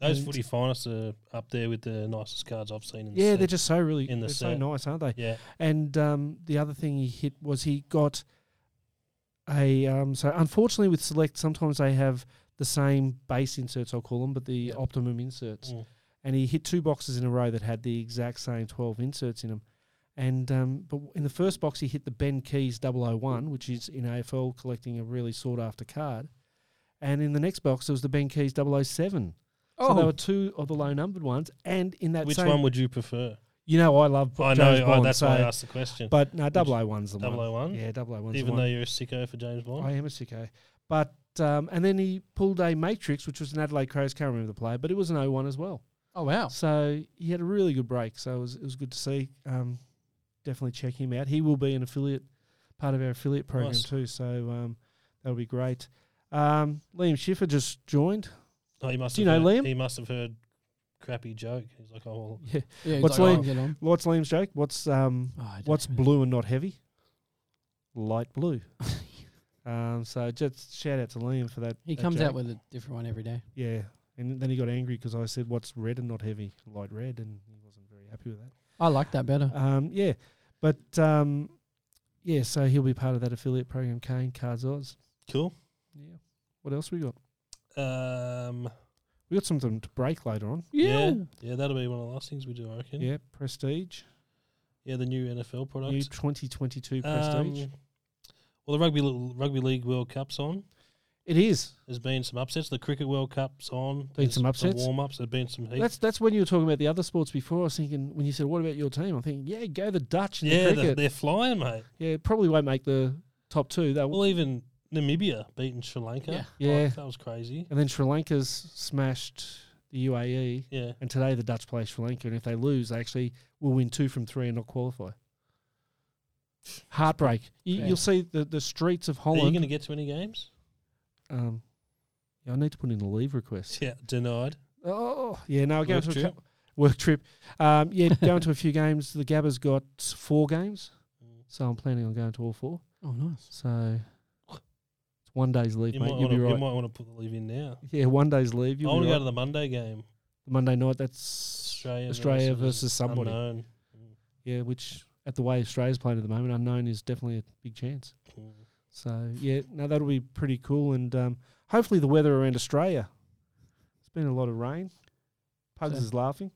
Speaker 4: Those
Speaker 3: And-
Speaker 4: footy finalists are up there with the nicest cards I've seen. in the
Speaker 3: yeah,
Speaker 4: set.
Speaker 3: they're just so really
Speaker 4: In the
Speaker 3: they're so
Speaker 4: set.
Speaker 3: nice, aren't they?
Speaker 4: yeah.
Speaker 3: And um, the other thing he hit was he got a. Um, so unfortunately, with Select, sometimes they have the same base inserts, I'll call them, but the
Speaker 4: Yep.
Speaker 3: optimum inserts.
Speaker 4: Mm.
Speaker 3: And he hit two boxes in a row that had the exact same 12 inserts in them. And um, but in the first box, he hit the Ben Keys
Speaker 4: Mm.
Speaker 3: 001, which is in AFL collecting a really sought after card. And in the next box, there was the Ben Keys 007. So
Speaker 5: Oh,
Speaker 3: there were two of the low numbered ones. And in that
Speaker 4: Oh! Which
Speaker 3: same,
Speaker 4: one would you prefer?
Speaker 3: you know, I love.
Speaker 4: I
Speaker 3: James
Speaker 4: know. I,
Speaker 3: Bond,
Speaker 4: that's why I
Speaker 3: so-
Speaker 4: asked the question.
Speaker 3: but no, double O one's the
Speaker 4: Double
Speaker 3: one.
Speaker 4: O one.
Speaker 3: Yeah, double O one's
Speaker 4: Even
Speaker 3: the
Speaker 4: though
Speaker 3: one.
Speaker 4: you're a sicko for James Bond.
Speaker 3: I am a sicko. But um, and then he pulled a Matrix, which was an Adelaide Crows. Can't remember the player, but it was an O one as well.
Speaker 5: Oh wow.
Speaker 3: So he had a really good break. So it was it was good to see. Um, definitely check him out. He will be an affiliate, part of our affiliate program
Speaker 4: Nice.
Speaker 3: too. So um, that'll be great. Um, Liam Schiffer just joined.
Speaker 4: Oh, he must
Speaker 3: Do you
Speaker 4: have
Speaker 3: know
Speaker 4: heard-
Speaker 3: Liam?
Speaker 4: He must have heard crappy joke. He's like, oh, well,
Speaker 3: Yeah.
Speaker 5: Yeah, he's
Speaker 3: What's
Speaker 5: like,
Speaker 3: Liam-
Speaker 5: oh, get on.
Speaker 3: What's Liam's joke? What's um,
Speaker 5: Oh, I don't
Speaker 3: What's
Speaker 5: know.
Speaker 3: blue and not heavy? Light blue. um, so just shout out to Liam for that.
Speaker 5: He
Speaker 3: that
Speaker 5: comes
Speaker 3: joke.
Speaker 5: out with a different one every day.
Speaker 3: yeah, and then he got angry because I said, "What's red and not heavy? Light red," and he wasn't very happy with that.
Speaker 5: I like that better.
Speaker 3: Um, yeah, but um, yeah, so he'll be part of that affiliate program, Kane Cards Oz.
Speaker 4: cool.
Speaker 3: Yeah. What else we got?
Speaker 4: Um,
Speaker 3: We got something to break later on.
Speaker 4: yeah, yeah, that'll be one of the last things we do, I reckon.
Speaker 3: Yeah, Prestige,
Speaker 4: Yeah, the new NFL product.
Speaker 3: new 2022
Speaker 4: Um,
Speaker 3: Prestige.
Speaker 4: well, the rugby L- rugby league World Cup's on.
Speaker 3: it is.
Speaker 4: There's been some upsets. The cricket World Cup's on.
Speaker 3: Been
Speaker 4: There's
Speaker 3: some upsets?
Speaker 4: The warm ups. There's been some heat.
Speaker 3: That's that's when you were talking about the other sports before. I was thinking when you said, "What about your team?" I'm thinking, "Yeah, go the Dutch." In
Speaker 4: yeah,
Speaker 3: the
Speaker 4: the-
Speaker 3: cricket.
Speaker 4: they're flying, mate.
Speaker 3: Yeah, probably won't make the top two. That
Speaker 4: Well, even Namibia beating Sri Lanka.
Speaker 5: Yeah.
Speaker 4: Like,
Speaker 3: Yeah.
Speaker 4: that was crazy.
Speaker 3: and then Sri Lanka's smashed the UAE,
Speaker 4: Yeah,
Speaker 3: and today the Dutch play Sri Lanka, and if they lose, they actually will win two from three and not qualify. Heartbreak. You,
Speaker 5: Yeah.
Speaker 3: You'll see the, the streets of
Speaker 4: are you
Speaker 3: Holland.
Speaker 4: going to get to any games?
Speaker 3: um, yeah, I need to put in a leave request.
Speaker 4: Yeah, denied.
Speaker 3: Oh, yeah. No, I'll go
Speaker 4: Work
Speaker 3: to a
Speaker 4: trip?
Speaker 3: cou- work trip. Um, yeah, going to a few games. The Gabba's got four games, so I'm planning on going to all four.
Speaker 5: Oh, nice.
Speaker 3: So it's one day's leave,
Speaker 4: You
Speaker 3: mate.
Speaker 4: might,
Speaker 3: You'll
Speaker 4: wanna,
Speaker 3: be right.
Speaker 4: you might want to put the leave in now.
Speaker 3: yeah, one day's leave.
Speaker 4: I
Speaker 3: You'll
Speaker 4: want
Speaker 3: be
Speaker 4: to
Speaker 3: right.
Speaker 4: go to the Monday game.
Speaker 3: Monday night. That's
Speaker 4: Australia,
Speaker 3: Australia versus somebody.
Speaker 4: unknown.
Speaker 3: Yeah, which at the way Australia's playing at the moment, unknown is definitely a big chance.
Speaker 4: Mm.
Speaker 3: So yeah, no, that'll be pretty cool, and um, hopefully the weather around Australia. It's been a lot of rain. Pugs
Speaker 5: So-
Speaker 3: is laughing.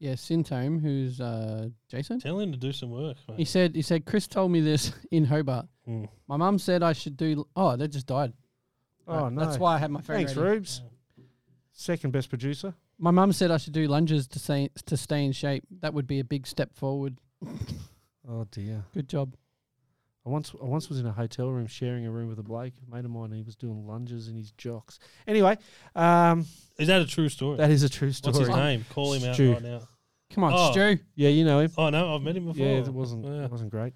Speaker 5: Yeah, Sintome, who's uh, Jason.
Speaker 4: Tell him to do some work.
Speaker 5: He
Speaker 4: Mate.
Speaker 5: said he said Chris told me this in Hobart.
Speaker 4: Mm.
Speaker 5: My mum said I should do. Oh, they just died.
Speaker 3: Oh, no.
Speaker 5: That's why I had my phone.
Speaker 3: Thanks,
Speaker 5: ready.
Speaker 3: Rubes. Second best producer.
Speaker 5: My mum said I should do lunges to stay to stay in shape. That would be a big step forward.
Speaker 3: Oh dear.
Speaker 5: Good job.
Speaker 3: I once I once was in a hotel room sharing a room with a Blake, a mate of mine, and he was doing lunges in his jocks. Anyway, um,
Speaker 4: Is that a true story?
Speaker 3: that is a true story.
Speaker 4: What's his name? Call him out
Speaker 3: Stu.
Speaker 4: right now.
Speaker 5: Come on,
Speaker 4: Oh.
Speaker 5: Stu.
Speaker 3: Yeah, you know him.
Speaker 4: Oh no, I've met him before.
Speaker 3: Yeah, it wasn't
Speaker 4: Yeah.
Speaker 3: it wasn't great.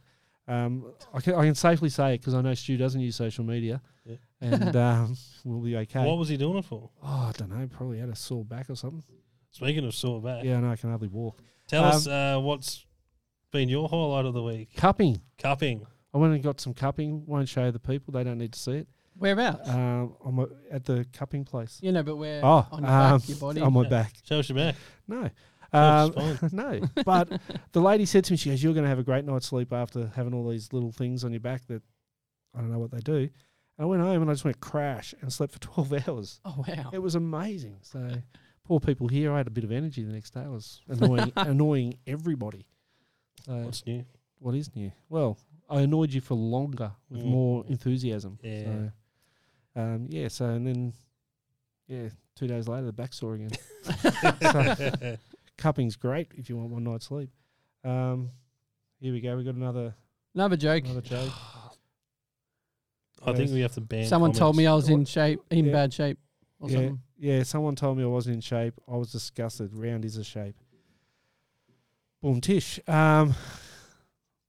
Speaker 3: Um, I can I can safely say it because I know Stu doesn't use social media,
Speaker 4: Yeah.
Speaker 3: and um, we'll be okay.
Speaker 4: What was he doing it for?
Speaker 3: oh, I don't know. Probably had a sore back or something.
Speaker 4: Speaking of sore back,
Speaker 3: Yeah, I know. I can hardly walk.
Speaker 4: tell
Speaker 3: Um,
Speaker 4: us uh, what's been your highlight of the week.
Speaker 3: Cupping.
Speaker 4: Cupping.
Speaker 3: I went and got some cupping. Won't show the people. They don't need to see it.
Speaker 5: Whereabouts?
Speaker 3: Um, I'm a- at the cupping place.
Speaker 5: you know, but where
Speaker 3: Oh,
Speaker 5: on your
Speaker 3: um,
Speaker 5: back, your body.
Speaker 3: on my back.
Speaker 4: Show us your back.
Speaker 3: No.
Speaker 4: Oh,
Speaker 3: Um,
Speaker 4: it's
Speaker 3: no. But the lady said to me, she goes, You're going to have a great night's sleep after having all these little things on your back that I don't know what they do. And I went home and I just went crash and slept for 12 hours.
Speaker 5: oh wow.
Speaker 3: It was amazing. So, poor people here, I had a bit of energy the next day. I was annoying, annoying everybody. So,
Speaker 4: What's new?
Speaker 3: what is new? Well, I annoyed you for longer with
Speaker 4: Mm.
Speaker 3: more enthusiasm.
Speaker 4: Yeah.
Speaker 3: So, um, yeah. So, and then, yeah, two days later, the back sore again. so, cupping's great if you want one night's sleep. Um, here we go. We got another
Speaker 5: Another joke.
Speaker 3: another joke.
Speaker 4: I think we have to ban.
Speaker 5: Someone told me
Speaker 4: comments.
Speaker 5: I was in shape, in
Speaker 3: Yeah.
Speaker 5: bad shape, or
Speaker 3: yeah,
Speaker 5: something.
Speaker 3: yeah. Someone told me I wasn't in shape. I was disgusted. Round is a shape. Boom tish. Um,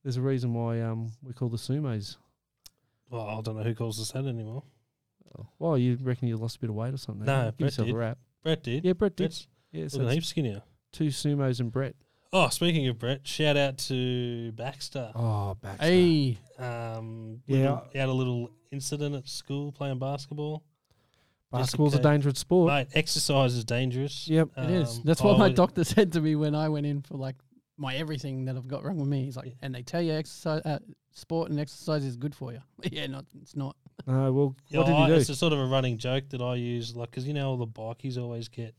Speaker 3: there's a reason why um we call the sumos.
Speaker 4: Well, I don't know who calls us that anymore.
Speaker 3: Well, you reckon you lost a bit of weight or something? give
Speaker 4: No, Oh. Brett
Speaker 3: yourself
Speaker 4: did.
Speaker 3: a rap.
Speaker 4: Brett did.
Speaker 3: Yeah, Brett did.
Speaker 4: Brett's
Speaker 3: Yeah, so
Speaker 4: looking
Speaker 3: it's
Speaker 4: heaps skinnier.
Speaker 3: two sumos and Brett.
Speaker 4: Oh, speaking of Brett, shout out to Baxter.
Speaker 3: Oh, back.
Speaker 5: Hey,
Speaker 4: Um,
Speaker 3: Yeah.
Speaker 4: yeah, he had a little incident at school playing basketball.
Speaker 3: Basketball's a
Speaker 4: Jessica.
Speaker 3: dangerous sport.
Speaker 4: Mate, exercise is dangerous.
Speaker 3: Yep.
Speaker 5: it is.
Speaker 4: Um,
Speaker 5: That's what
Speaker 4: I
Speaker 5: my
Speaker 4: would-
Speaker 5: doctor said to me when I went in for like my everything that I've got wrong with me. He's like,
Speaker 4: Yeah.
Speaker 5: and they tell you exercise, uh, sport, and exercise is good for you. yeah, not it's not.
Speaker 3: No, well,
Speaker 4: Yeah,
Speaker 3: what did
Speaker 4: I,
Speaker 3: you do?
Speaker 4: It's a sort of a running joke that I use, like, because you know all the bikies always get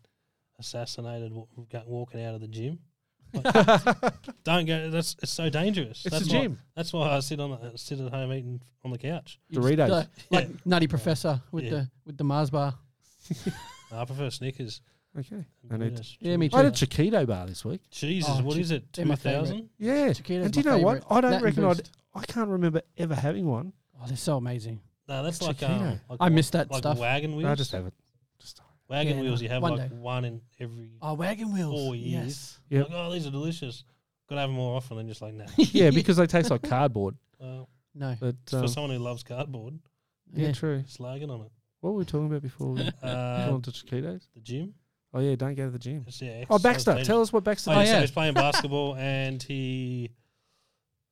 Speaker 4: assassinated wa- ga- walking out of the gym. Like, don't go. That's it's so dangerous.
Speaker 3: It's
Speaker 4: that's
Speaker 3: a
Speaker 4: why,
Speaker 3: gym.
Speaker 4: That's why I sit on the, sit at home eating on the couch.
Speaker 5: You just,
Speaker 3: Doritos.
Speaker 5: uh, like Nutty Professor with
Speaker 4: Yeah.
Speaker 5: the with the Mars bar.
Speaker 4: I prefer Snickers.
Speaker 3: Okay. I need to-
Speaker 5: Yeah, me too.
Speaker 3: I had a Chiquito bar this week.
Speaker 4: Jesus,
Speaker 5: Oh,
Speaker 4: what
Speaker 5: chi-
Speaker 4: is it?
Speaker 5: they're
Speaker 4: Two
Speaker 5: my favourite.
Speaker 4: thousand?
Speaker 3: Yeah.
Speaker 5: Chiquito's
Speaker 3: and do you
Speaker 5: my
Speaker 3: know what?
Speaker 5: favourite.
Speaker 3: I don't
Speaker 5: That and
Speaker 3: reckon I'd,
Speaker 5: Boost.
Speaker 3: I can't remember ever having one.
Speaker 5: Oh, they're so amazing.
Speaker 4: No, that's like,
Speaker 3: Chiquito.
Speaker 4: um, like
Speaker 5: I
Speaker 4: wa-
Speaker 5: miss that
Speaker 4: like
Speaker 5: stuff.
Speaker 4: Wagon wheels.
Speaker 3: I just have it. Just
Speaker 4: wagon
Speaker 5: Yeah,
Speaker 4: wheels.
Speaker 5: no,
Speaker 4: You have
Speaker 5: one
Speaker 4: like
Speaker 5: day.
Speaker 4: one in every.
Speaker 5: Oh, wagon wheels.
Speaker 4: Four years.
Speaker 5: Yes.
Speaker 3: Yep.
Speaker 4: Like, oh, these are delicious. Got to have them more often than just like that.
Speaker 3: yeah, because they taste like cardboard.
Speaker 4: Well,
Speaker 5: no.
Speaker 3: But
Speaker 4: for
Speaker 3: um,
Speaker 4: someone who loves cardboard,
Speaker 3: yeah,
Speaker 5: Yeah.
Speaker 3: true.
Speaker 4: slagging on it.
Speaker 3: What were we talking about before we got
Speaker 4: Uh,
Speaker 3: on to Chiquitos?
Speaker 4: the gym.
Speaker 3: Oh yeah, don't go to the gym.
Speaker 4: It's, yeah,
Speaker 3: Oh
Speaker 4: exercise
Speaker 3: Baxter,
Speaker 4: dangerous.
Speaker 3: tell us what Baxter.
Speaker 4: Oh, yeah,
Speaker 5: Oh,
Speaker 4: so
Speaker 5: yeah.
Speaker 4: he's playing basketball and he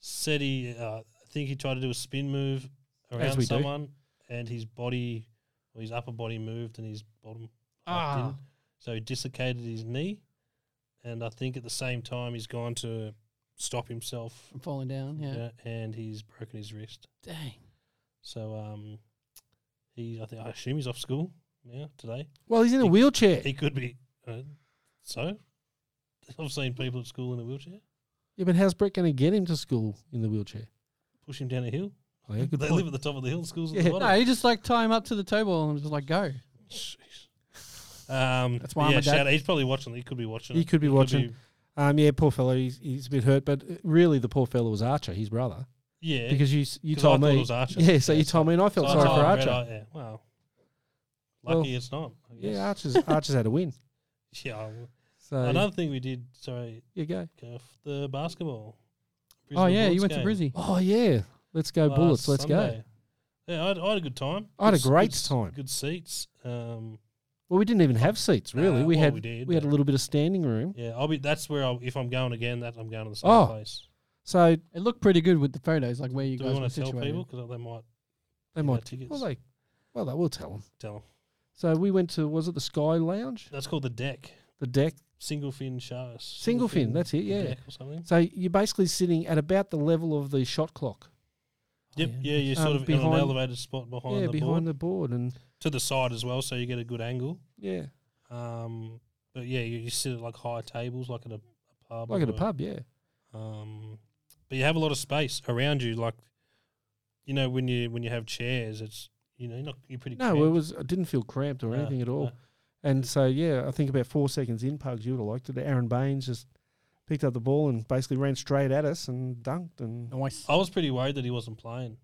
Speaker 4: said he, uh, I think he tried to do a spin move
Speaker 3: As we
Speaker 4: around
Speaker 3: do.
Speaker 4: someone, and his body, well, his upper body moved and his bottom half
Speaker 5: Ah.
Speaker 4: didn't. So he dislocated his knee, and I think at the same time he's gone to stop himself,
Speaker 5: I'm falling down. Yeah.
Speaker 4: uh, and he's broken his wrist.
Speaker 5: Dang.
Speaker 4: So um, he, I think, I assume he's off school now today.
Speaker 3: Well, he's in a
Speaker 4: He-
Speaker 3: wheelchair.
Speaker 4: He could be. Uh, so, I've seen people at school in a wheelchair
Speaker 3: Yeah, but how's Brett going to get him to school in the wheelchair?
Speaker 4: push him down a hill.
Speaker 3: Oh, yeah, good
Speaker 4: they
Speaker 3: point.
Speaker 4: live at the top of the hill. Schools
Speaker 3: Yeah.
Speaker 4: at the
Speaker 5: No,
Speaker 4: bottom.
Speaker 5: you just like tie him up to the toe ball and just like go.
Speaker 4: Jeez. Um,
Speaker 5: That's why I'm
Speaker 4: yeah,
Speaker 5: a dad.
Speaker 4: shout out- He's probably watching. He could be watching.
Speaker 3: He
Speaker 4: it.
Speaker 3: could be watching. Um, yeah, poor fellow, he's, he's a bit hurt, but uh, really the poor fellow was Archer, his brother,
Speaker 4: yeah,
Speaker 3: because you s- you
Speaker 4: 'cause I
Speaker 3: told
Speaker 4: thought
Speaker 3: me,
Speaker 4: it was Archer.
Speaker 3: yeah, so you told me, and I
Speaker 4: so
Speaker 3: felt
Speaker 4: I
Speaker 3: sorry
Speaker 4: told
Speaker 3: for
Speaker 4: him, Red
Speaker 3: Archer.
Speaker 4: Eye, yeah, wow.
Speaker 3: Well,
Speaker 4: Lucky it's not. I guess.
Speaker 3: Yeah, Archer's Archer's had a win.
Speaker 4: Yeah. well,
Speaker 3: So
Speaker 4: Another thing we did. Sorry,
Speaker 3: you go.
Speaker 4: go off the basketball.
Speaker 5: oh
Speaker 4: Brisbane
Speaker 5: yeah, you
Speaker 4: Bullets
Speaker 5: went to
Speaker 4: game
Speaker 5: Brizzy.
Speaker 3: Oh yeah, let's go
Speaker 4: last
Speaker 3: bullets. Let's go.
Speaker 4: Sunday. Yeah, I had, I had a good time.
Speaker 3: I had a
Speaker 4: Good s-
Speaker 3: great
Speaker 4: good s-
Speaker 3: time.
Speaker 4: Good seats. Um,
Speaker 3: Well, we didn't even have seats really.
Speaker 4: Nah,
Speaker 3: we
Speaker 4: well,
Speaker 3: had
Speaker 4: we did,
Speaker 3: we had a
Speaker 4: but-
Speaker 3: little bit of standing room.
Speaker 4: Yeah, I'll be. That's where I'll, if I'm going again, that I'm going to the same
Speaker 3: Oh,
Speaker 4: place.
Speaker 3: So
Speaker 5: It looked pretty good with the photos, like where you
Speaker 4: Do we
Speaker 5: guys were
Speaker 4: want to tell
Speaker 5: situated.
Speaker 4: people because they might
Speaker 3: they
Speaker 4: Yeah,
Speaker 3: might
Speaker 4: tickets.
Speaker 3: well they well they will tell them.
Speaker 4: tell 'em.
Speaker 3: So we went to was it the Sky Lounge,
Speaker 4: That's called the deck,
Speaker 3: the deck,
Speaker 4: single fin sharks.
Speaker 3: single fin. That's it. Yeah.
Speaker 4: deck or something.
Speaker 3: So you're basically sitting at about the level of the shot clock.
Speaker 4: Yep.
Speaker 5: yeah.
Speaker 4: Yeah, you're sort
Speaker 3: Um,
Speaker 4: of in
Speaker 3: behind-
Speaker 4: an elevated spot behind
Speaker 3: yeah,
Speaker 4: the
Speaker 3: behind
Speaker 4: board
Speaker 3: the board and
Speaker 4: to the side as well, so you get a good angle.
Speaker 3: yeah,
Speaker 4: Um, but yeah, you, you sit at like high tables, like at a, a pub.
Speaker 3: like at a
Speaker 4: or
Speaker 3: pub. Yeah.
Speaker 4: Um, but you have a lot of space around you, like you know when you when you have chairs, it's You know, you're not you're pretty. Uh,
Speaker 3: No, it
Speaker 4: cramped.
Speaker 3: was. I didn't feel cramped or
Speaker 4: No,
Speaker 3: anything at all.
Speaker 4: no.
Speaker 3: And so yeah, I think about four seconds in, pugs. You would have liked it. Aaron Baines just picked up the ball and basically ran straight at us and dunked. And yeah,
Speaker 5: Nice.
Speaker 4: I was pretty worried that he wasn't playing.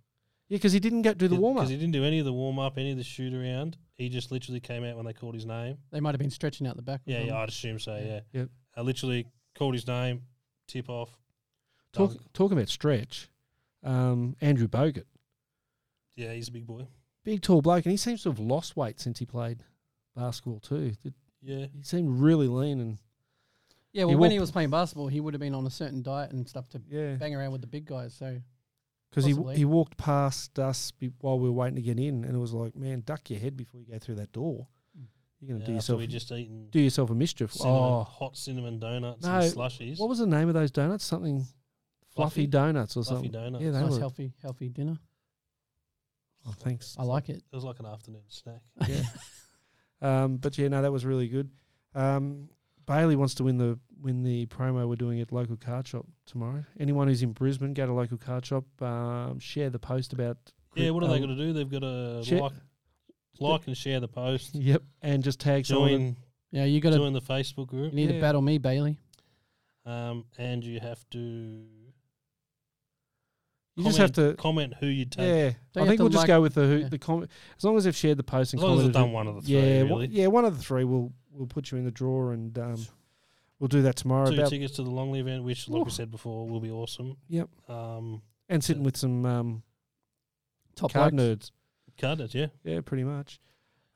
Speaker 3: because he didn't get do the warm up.
Speaker 4: Because he didn't do any of the warm up, any of the shoot around. He just literally came out when they called his name.
Speaker 5: They might have been stretching out the back. or
Speaker 4: Yeah, yeah,
Speaker 5: something.
Speaker 4: I'd assume so. Yeah.
Speaker 3: Mm-hmm. Yep.
Speaker 4: I literally called his name, tip off.
Speaker 3: Talk,
Speaker 4: dunk.
Speaker 3: talking about stretch, um, Andrew Bogut,
Speaker 4: Yeah, he's a big boy.
Speaker 3: big tall bloke, and he seems to have lost weight since he played basketball too. Did-
Speaker 4: Yeah.
Speaker 3: He seemed really lean and
Speaker 5: Yeah,
Speaker 3: He
Speaker 5: well, when he
Speaker 3: walked-
Speaker 5: was playing basketball, he would have been on a certain diet and stuff to
Speaker 3: yeah,
Speaker 5: bang around with the big guys. So
Speaker 3: because he
Speaker 5: possibly.
Speaker 3: he walked past us be, while we were waiting to get in, and it was like, man, duck your head before you go through that door. You're gonna
Speaker 4: yeah
Speaker 3: do
Speaker 4: after
Speaker 3: yourself
Speaker 4: we just eaten
Speaker 3: do yourself a mischief.
Speaker 4: cinnamon,
Speaker 3: Oh,
Speaker 4: hot cinnamon donuts
Speaker 3: No,
Speaker 4: and slushies.
Speaker 3: What was the name of those donuts? Something fluffy,
Speaker 4: Fluffy?
Speaker 3: donuts or
Speaker 4: Fluffy
Speaker 3: something.
Speaker 4: donuts.
Speaker 3: Yeah,
Speaker 5: it's
Speaker 3: they
Speaker 5: nice,
Speaker 3: were.
Speaker 5: healthy, healthy dinner.
Speaker 3: Oh, thanks.
Speaker 5: I like it.
Speaker 4: It was like an afternoon snack.
Speaker 3: yeah. Um, but yeah, no, that was really good. Um, Bailey wants to win the win the promo we're doing at local card shop tomorrow. Anyone who's in Brisbane, go to local card shop. Um, share the post about.
Speaker 4: Yeah, what are they
Speaker 3: um,
Speaker 4: going to do? They've got to
Speaker 3: share-
Speaker 4: like, like and share the post.
Speaker 3: Yep, and just tag someone. that-
Speaker 4: Join,
Speaker 5: Yeah, you got to.
Speaker 4: join the Facebook
Speaker 5: You
Speaker 4: group,
Speaker 5: need
Speaker 3: Yeah.
Speaker 5: to battle me, Bailey.
Speaker 4: um, and you have to.
Speaker 3: You just have to.
Speaker 4: comment who you take.
Speaker 3: Yeah,
Speaker 5: you
Speaker 3: I
Speaker 5: have
Speaker 3: think
Speaker 5: to
Speaker 3: we'll just
Speaker 5: like-
Speaker 3: go with the who,
Speaker 5: yeah.
Speaker 3: the comment as long as they've shared the post and
Speaker 4: As long as they've
Speaker 3: commented who-
Speaker 4: done one of the three,
Speaker 3: yeah, one-
Speaker 4: really.
Speaker 3: yeah, one of the three. We'll we'll put you in the drawer and um, we'll do that tomorrow.
Speaker 4: Two
Speaker 3: about
Speaker 4: tickets to the Longley event, which, like
Speaker 3: Ooh.
Speaker 4: we said before, will be awesome.
Speaker 3: Yep.
Speaker 4: Um,
Speaker 3: and sitting with some um,
Speaker 5: Top
Speaker 3: card nerds.
Speaker 5: blokes.
Speaker 4: Cardinals, yeah.
Speaker 3: Yeah, pretty much.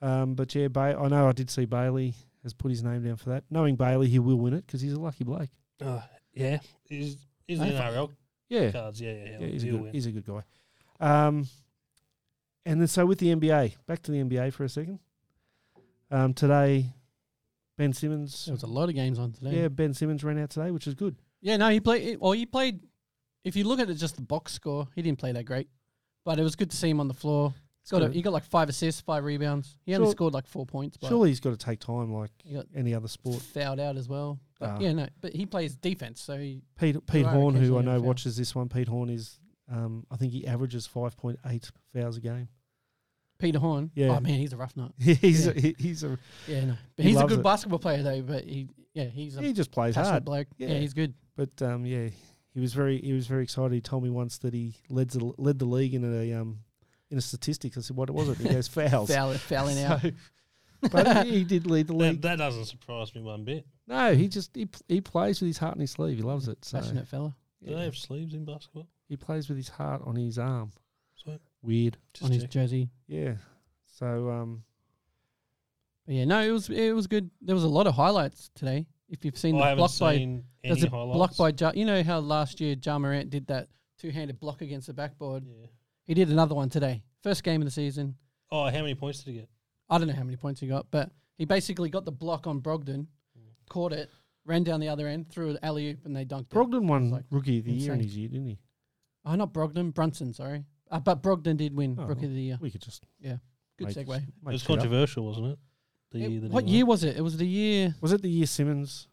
Speaker 3: Um, but yeah, ba- I know I did see Bailey has put his name down for that. Knowing Bailey, he will win it because he's a lucky bloke.
Speaker 4: Uh, yeah. He's, he's the
Speaker 5: Hey, fuck.
Speaker 4: NRL
Speaker 3: Yeah,
Speaker 4: cards, yeah, yeah.
Speaker 3: yeah,
Speaker 4: yeah.
Speaker 3: he's, a
Speaker 4: He'll
Speaker 3: good,
Speaker 4: win.
Speaker 3: he's a good guy. Um, and then so with the NBA, back to the NBA for a second. Um, today, Ben Simmons.
Speaker 5: There was a lot of games on today.
Speaker 3: Yeah, Ben Simmons ran out today, which is good.
Speaker 5: Yeah, no, he played. Well, he played. If you look at it, just the box score, he didn't play that great, but it was good to see him on the floor. He's got a,
Speaker 3: good.
Speaker 5: he got like five assists, five rebounds. He only
Speaker 3: Sure.
Speaker 5: scored like four points, but
Speaker 3: Surely he's got to take time like
Speaker 5: he got
Speaker 3: any other sport.
Speaker 5: fouled out as well. But
Speaker 3: Ah.
Speaker 5: yeah, no, but he plays defense, so he,
Speaker 3: Pete Pete
Speaker 5: are
Speaker 3: Horn, who I
Speaker 5: occasionally gonna
Speaker 3: know
Speaker 5: foul.
Speaker 3: watches this one, Pete Horn is, um, I think he averages five point eight fouls a game.
Speaker 5: Peter Horn.
Speaker 3: Yeah.
Speaker 5: Oh man, he's a rough nut.
Speaker 3: he's
Speaker 5: Yeah.
Speaker 3: a, he- he's a
Speaker 5: Yeah, no, but
Speaker 3: He
Speaker 5: he's a
Speaker 3: loves
Speaker 5: good
Speaker 3: it.
Speaker 5: basketball player though. But he, yeah, he's a
Speaker 3: he just plays
Speaker 5: passionate
Speaker 3: hard.
Speaker 5: bloke. Yeah.
Speaker 3: Yeah.
Speaker 5: he's good.
Speaker 3: But um, yeah, he was very he was very excited. He told me once that he led the, led the league in a um in a statistics. I said, "What was it?" He goes, "Fouls."
Speaker 5: Foul, fouling out.
Speaker 3: So- but he did lead the
Speaker 4: That,
Speaker 3: league.
Speaker 4: that doesn't surprise me one bit.
Speaker 3: No, he just he, pl- he plays with his heart on his sleeve. He loves it. So
Speaker 5: Passionate fella
Speaker 4: Do they
Speaker 3: yeah.
Speaker 4: have sleeves in basketball?
Speaker 3: he plays with his heart on his arm.
Speaker 4: So,
Speaker 3: Weird.
Speaker 4: just
Speaker 5: on his
Speaker 4: check.
Speaker 5: jersey.
Speaker 3: Yeah. So um,
Speaker 5: But yeah, no, it was it was good. There was a lot of highlights today. If you've seen
Speaker 4: I
Speaker 5: the
Speaker 4: haven't
Speaker 5: block by
Speaker 4: seen any
Speaker 5: There's a
Speaker 4: highlights.
Speaker 5: block by Ja. You know how last year Ja Morant did that two-handed block against the backboard.
Speaker 4: Yeah.
Speaker 5: He did another one today. First game of the season.
Speaker 4: Oh, how many points did he get?
Speaker 5: I don't know how many points he got, but he basically got the block on Brogdon, caught it, ran down the other end, threw an alley oop, and they dunked it.
Speaker 3: Brogdon won
Speaker 5: like
Speaker 3: rookie of the year in
Speaker 5: insane.
Speaker 3: his year, didn't he?
Speaker 5: Oh, not Brogdon, Brunson. Sorry, uh, but Brogdon did win
Speaker 3: Oh,
Speaker 5: Rookie of the Year.
Speaker 3: We could just
Speaker 5: Good
Speaker 3: make-
Speaker 5: segue.
Speaker 4: It
Speaker 3: make
Speaker 4: was
Speaker 3: shit up.
Speaker 4: controversial, wasn't it? The
Speaker 5: It-
Speaker 4: year that he
Speaker 5: what
Speaker 4: won.
Speaker 5: year was it? It was the year.
Speaker 3: Was it the year Simmons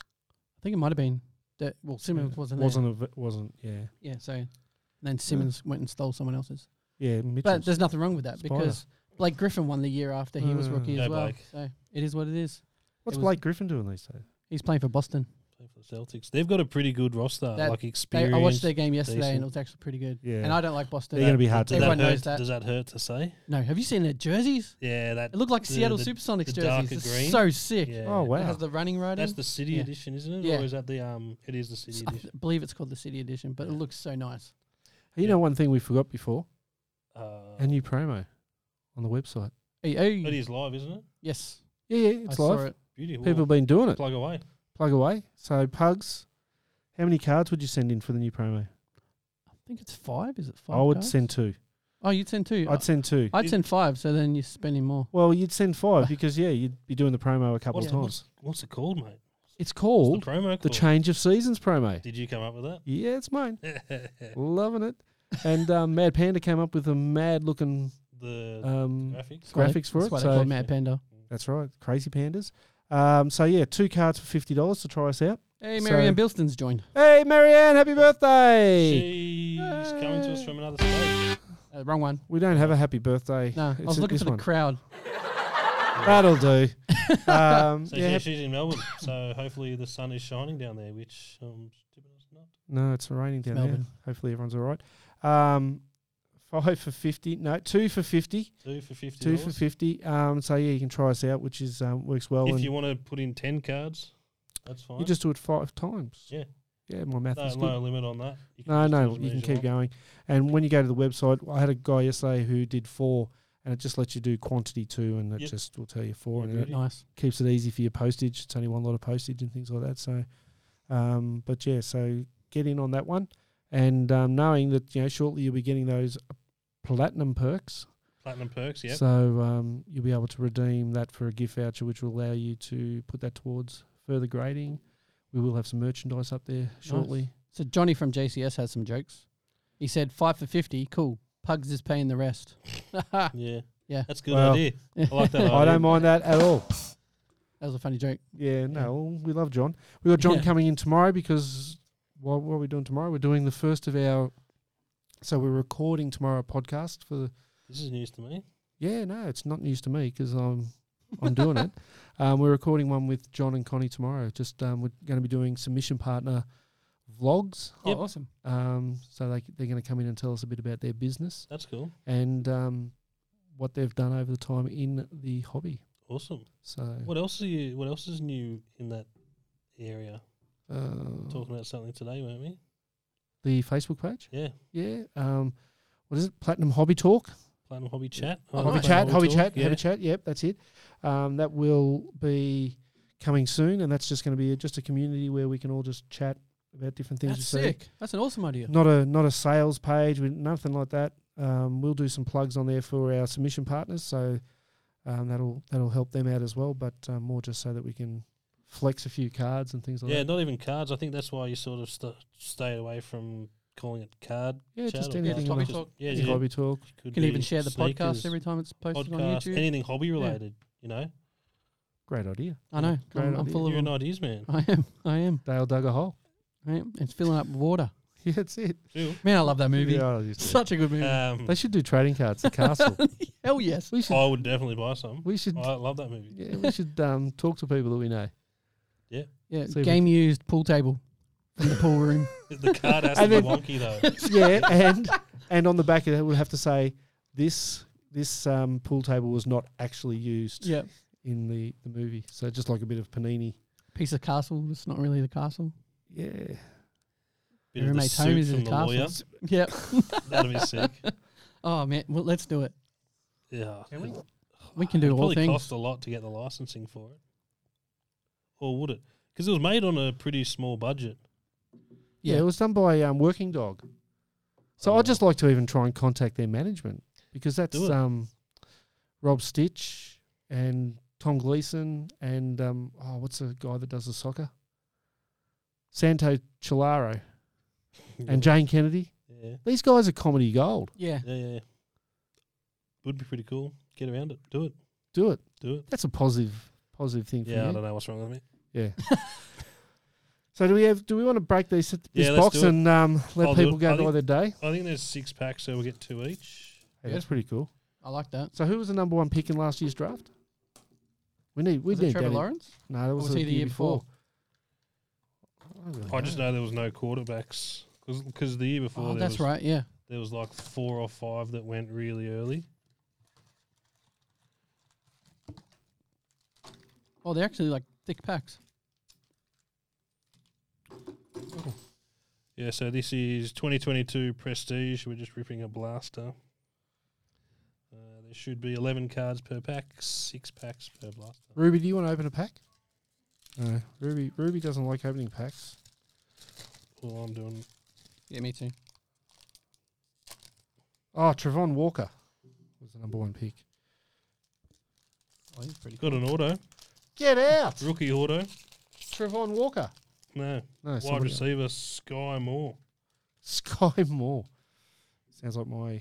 Speaker 5: I think it might have been that. Well, Simmons wasn't. there.
Speaker 3: wasn't av- wasn't yeah
Speaker 5: Yeah. So and then Simmons went and stole someone else's.
Speaker 3: yeah
Speaker 5: But
Speaker 3: Mitchell's.
Speaker 5: there's nothing wrong with that
Speaker 3: Spider.
Speaker 5: because Blake Griffin won the year after he was
Speaker 3: Mm.
Speaker 5: rookie
Speaker 4: Go
Speaker 5: as well.
Speaker 4: Blake.
Speaker 5: So it is what it is.
Speaker 3: What's
Speaker 5: it was-
Speaker 3: Blake Griffin doing these days?
Speaker 5: He's playing for Boston.
Speaker 4: Playing for the Celtics. They've got a pretty good roster,
Speaker 5: That-
Speaker 4: like
Speaker 5: They,
Speaker 4: experience.
Speaker 5: I watched their game yesterday
Speaker 4: decent.
Speaker 5: and it was actually pretty good.
Speaker 3: Yeah.
Speaker 5: And I don't like Boston.
Speaker 3: They're gonna be hard to
Speaker 4: Does
Speaker 5: Everyone
Speaker 4: that hurt,
Speaker 5: knows that.
Speaker 4: Does that hurt to say?
Speaker 5: no, have you seen their jerseys?
Speaker 4: Yeah, that.
Speaker 5: It looked like
Speaker 4: The-
Speaker 5: Seattle
Speaker 4: the-
Speaker 5: Supersonics
Speaker 4: the darker
Speaker 5: jerseys. It's
Speaker 4: green.
Speaker 5: so sick.
Speaker 4: yeah.
Speaker 3: Oh
Speaker 5: It
Speaker 3: wow!
Speaker 5: has the running writing.
Speaker 4: That's the city
Speaker 5: Yeah.
Speaker 4: edition, isn't it?
Speaker 5: Yeah.
Speaker 4: Or is that the um? It is the city
Speaker 5: I
Speaker 4: edition.
Speaker 5: believe it's called the City Edition, but it looks so nice.
Speaker 3: you know one thing we forgot before
Speaker 4: Uh,
Speaker 3: a new promo on the website.
Speaker 5: Hey,
Speaker 4: it
Speaker 5: hey.
Speaker 4: is live, isn't it?
Speaker 5: Yes.
Speaker 3: Yeah, yeah, it's
Speaker 5: I saw
Speaker 3: live.
Speaker 5: it.
Speaker 4: Beautiful.
Speaker 3: People have been doing it.
Speaker 4: plug away.
Speaker 3: Plug away. So pugs, how many cards would you send in for the new promo?
Speaker 5: I think it's five. Is it five?
Speaker 3: I would
Speaker 5: cards?
Speaker 3: send two.
Speaker 5: Oh, you'd send two.
Speaker 3: I'd send two.
Speaker 5: I'd send five, so then you're spending more.
Speaker 3: well, you'd send five because yeah, you'd be doing the promo a couple
Speaker 4: What's,
Speaker 3: of
Speaker 4: what's,
Speaker 3: times.
Speaker 4: what's it called, mate?
Speaker 3: It's
Speaker 4: What's
Speaker 3: called
Speaker 4: the promo
Speaker 3: the
Speaker 4: called?
Speaker 3: change of seasons promo.
Speaker 4: Did you come up with that?
Speaker 3: Yeah, it's mine. Loving it. And um, Mad Panda came up with a mad looking
Speaker 4: the
Speaker 3: um,
Speaker 4: graphics.
Speaker 5: That's why they-
Speaker 3: graphics for
Speaker 5: that's
Speaker 3: it,
Speaker 5: Why they
Speaker 3: so-
Speaker 5: call it Matt Panda.
Speaker 3: That's right, Crazy Pandas. Um, so yeah, two cards for fifty dollars to try us out.
Speaker 5: Hey,
Speaker 3: So-
Speaker 5: Marianne Bilston's joined.
Speaker 3: Hey, Marianne, happy birthday!
Speaker 4: She's coming to us from another state.
Speaker 5: Uh, wrong one.
Speaker 3: We don't have a happy birthday.
Speaker 5: No, I
Speaker 3: It's
Speaker 5: was
Speaker 3: a-
Speaker 5: looking
Speaker 3: this
Speaker 5: for the
Speaker 3: one.
Speaker 5: crowd.
Speaker 3: That'll do. Um,
Speaker 4: So
Speaker 3: yeah,
Speaker 4: yeah,
Speaker 3: hap-
Speaker 4: she's in Melbourne. So hopefully the sun is shining down there, which um, stupid us not.
Speaker 3: No, it's raining down there.
Speaker 5: Melbourne.
Speaker 3: Hopefully everyone's all right. Um, five for fifty. No, two for fifty.
Speaker 4: Two for fifty.
Speaker 3: Two for fifty. Um, so yeah, you can try us out, which is um, works well.
Speaker 4: If
Speaker 3: and
Speaker 4: you want to put in ten cards, that's fine.
Speaker 3: you just do it five times.
Speaker 4: Yeah.
Speaker 3: Yeah, my math
Speaker 4: no
Speaker 3: is good.
Speaker 4: low limit on that. You can
Speaker 3: No,
Speaker 4: just do
Speaker 3: no,
Speaker 4: as
Speaker 3: you
Speaker 4: many
Speaker 3: can
Speaker 4: as
Speaker 3: keep
Speaker 4: want.
Speaker 3: going. And when you go to the website, I had a guy yesterday who did four, and it just lets you do quantity two, and it
Speaker 4: Yep.
Speaker 3: just will tell you four,
Speaker 4: Yeah,
Speaker 3: and it
Speaker 4: beauty.
Speaker 5: Nice.
Speaker 3: keeps it easy for your postage. It's only one lot of postage and things like that. So, um, but yeah, so get in on that one, and um, knowing that you know shortly you'll be getting those platinum perks.
Speaker 4: Platinum perks, yeah.
Speaker 3: So um, you'll be able to redeem that for a gift voucher, which will allow you to put that towards further grading. We will have some merchandise up there shortly.
Speaker 5: So Johnny from JCS has some jokes. He said five for fifty. Cool. Pugs is paying the rest. that
Speaker 4: yeah.
Speaker 5: Yeah.
Speaker 4: That's a good
Speaker 3: Well,
Speaker 4: idea. I like that idea.
Speaker 3: I don't mind that at all.
Speaker 5: was a funny joke.
Speaker 3: Yeah, no, we love John. We got John
Speaker 5: Yeah.
Speaker 3: coming in tomorrow because what, what are we doing tomorrow? We're doing the first of our. So we're recording tomorrow a podcast for the.
Speaker 4: This is news to me.
Speaker 3: Yeah, no, it's not news to me because I'm I'm doing it. Um, we're recording one with John and Connie tomorrow. Just um, we're going to be doing submission partner vlogs.
Speaker 4: Yep.
Speaker 5: Oh, awesome.
Speaker 3: Um, so they they're going to come in and tell us a bit about their business
Speaker 4: That's cool.
Speaker 3: and um, what they've done over the time in the hobby.
Speaker 4: Awesome.
Speaker 3: So
Speaker 4: What else are you? What else is new in that area?
Speaker 3: uh,
Speaker 4: Talking about something today, weren't we?
Speaker 3: the Facebook page.
Speaker 4: Yeah.
Speaker 3: Yeah. Um, what is it? Platinum Hobby Talk.
Speaker 4: Platinum hobby chat.
Speaker 5: Oh,
Speaker 3: hobby
Speaker 5: nice.
Speaker 3: chat. Hobby
Speaker 4: Talk,
Speaker 3: chat.
Speaker 4: Yeah.
Speaker 3: Hobby chat. Yep, that's it. Um, that will be coming soon, and that's just going to be just a community where we can all just chat about different things.
Speaker 5: That's
Speaker 3: we see.
Speaker 5: sick. That's an awesome idea.
Speaker 3: Not a not a sales page. We, nothing like that. Um, we'll do some plugs on there for our submission partners, so um, that'll that'll help them out as well. But um, more just so that we can flex a few cards and things like
Speaker 4: Yeah,
Speaker 3: that.
Speaker 4: not even cards. I think that's why you sort of st- stayed away from calling it card.
Speaker 3: Yeah,
Speaker 4: chat
Speaker 3: just
Speaker 4: or
Speaker 3: anything.
Speaker 4: card.
Speaker 5: Yeah, hobby
Speaker 3: like-
Speaker 5: talk.
Speaker 4: Yeah,
Speaker 3: yeah,
Speaker 4: yeah.
Speaker 3: hobby talk.
Speaker 4: Could
Speaker 5: You can even
Speaker 4: be
Speaker 5: share the
Speaker 4: sneakers,
Speaker 5: podcast every time it's posted on
Speaker 4: podcast,
Speaker 5: YouTube.
Speaker 4: anything hobby related. You know,
Speaker 3: Great idea.
Speaker 5: I know.
Speaker 3: Great
Speaker 5: I'm, I'm
Speaker 3: idea.
Speaker 5: full of
Speaker 4: you're an
Speaker 5: them. Oh.
Speaker 4: ideas man.
Speaker 5: I am. I am.
Speaker 3: Dale dug a hole.
Speaker 5: I am. It's filling up with water.
Speaker 3: Yeah, that's it.
Speaker 4: Cool.
Speaker 5: Man, I love that movie.
Speaker 3: Yeah, I used to.
Speaker 5: Such a good movie.
Speaker 4: Um,
Speaker 3: They should do trading cards. The castle.
Speaker 5: Hell yes.
Speaker 3: We should.
Speaker 4: I would definitely buy some.
Speaker 3: We should.
Speaker 4: I love that movie.
Speaker 3: Yeah, we should um, talk to people that we know.
Speaker 5: Yeah.
Speaker 3: So we-
Speaker 5: game used pool table from the pool room.
Speaker 4: The card has to
Speaker 3: And
Speaker 4: be
Speaker 3: then-
Speaker 4: wonky though.
Speaker 3: yeah, and and on the back of that, we'll have to say this this um, pool table was not actually used
Speaker 5: yeah.
Speaker 3: in the the movie. So just like a bit of panini.
Speaker 5: Piece of castle. It's not really the castle.
Speaker 3: Yeah,
Speaker 4: Bit of the
Speaker 5: Roommate's
Speaker 4: suit
Speaker 5: home is
Speaker 4: from
Speaker 5: his
Speaker 4: the
Speaker 5: castle.
Speaker 4: lawyer.
Speaker 5: Yep.
Speaker 4: That'd be sick.
Speaker 5: Oh man. Well, let's do it.
Speaker 4: Yeah.
Speaker 3: Can we?
Speaker 5: We can do
Speaker 4: It'd
Speaker 5: all
Speaker 4: probably
Speaker 5: things.
Speaker 4: cost a lot to get the licensing for it, or would it? Because it was made on a pretty small budget.
Speaker 3: yeah.
Speaker 5: Yeah.
Speaker 3: It was done by um, Working Dog. So
Speaker 4: Oh.
Speaker 3: I'd just like to even try and contact their management because that's
Speaker 4: it.
Speaker 3: um, Rob Stitch and Tom Gleason and um, oh, what's the guy that does the soccer? Santo Chilaro and Jane Kennedy.
Speaker 4: yeah,
Speaker 3: These guys are comedy gold.
Speaker 5: Yeah.
Speaker 4: yeah, yeah, yeah. Would be pretty cool. Get around it. Do it.
Speaker 3: Do it.
Speaker 4: Do it.
Speaker 3: That's a positive positive thing for
Speaker 4: Yeah, I
Speaker 3: you.
Speaker 4: don't know what's wrong with me.
Speaker 3: Yeah. so do we have do we want to break these this
Speaker 4: Yeah, let's
Speaker 3: box
Speaker 4: do it.
Speaker 3: and um, let
Speaker 4: I'll do
Speaker 3: people
Speaker 4: it.
Speaker 3: go by
Speaker 4: I think-
Speaker 3: their day?
Speaker 4: I think there's six packs, so we get two each.
Speaker 3: Hey, that's pretty cool.
Speaker 5: I like that.
Speaker 3: So who was the number one pick in last year's draft? We need we
Speaker 5: Was
Speaker 3: need
Speaker 5: it Trevor
Speaker 3: Danny-
Speaker 5: Lawrence?
Speaker 3: No, that was,
Speaker 5: was
Speaker 3: the
Speaker 5: he the
Speaker 3: year
Speaker 5: year
Speaker 3: before.
Speaker 5: before?
Speaker 3: I don't really
Speaker 4: I just know there was no quarterbacks because the year before
Speaker 5: Oh,
Speaker 4: there
Speaker 5: that's
Speaker 4: was,
Speaker 5: right. Yeah.
Speaker 4: there was like four or five that went really early.
Speaker 5: Oh, they're actually like thick packs.
Speaker 4: Yeah, so this is 2022 Prestige. We're just ripping a blaster. Uh, there should be 11 cards per pack, six packs per blaster.
Speaker 3: Ruby, do you want to open a pack? No, Ruby Ruby doesn't like opening packs.
Speaker 4: All I'm doing.
Speaker 5: Yeah, me too.
Speaker 3: Oh, Trevon Walker was the number one pick.
Speaker 5: Oh, he's pretty.
Speaker 4: Got an auto,
Speaker 3: Get out,
Speaker 4: rookie auto.
Speaker 3: Trevon Walker.
Speaker 4: No,
Speaker 3: No,
Speaker 4: wide
Speaker 3: somebody else.
Speaker 4: receiver Sky Moore.
Speaker 3: Sky Moore. Sounds like my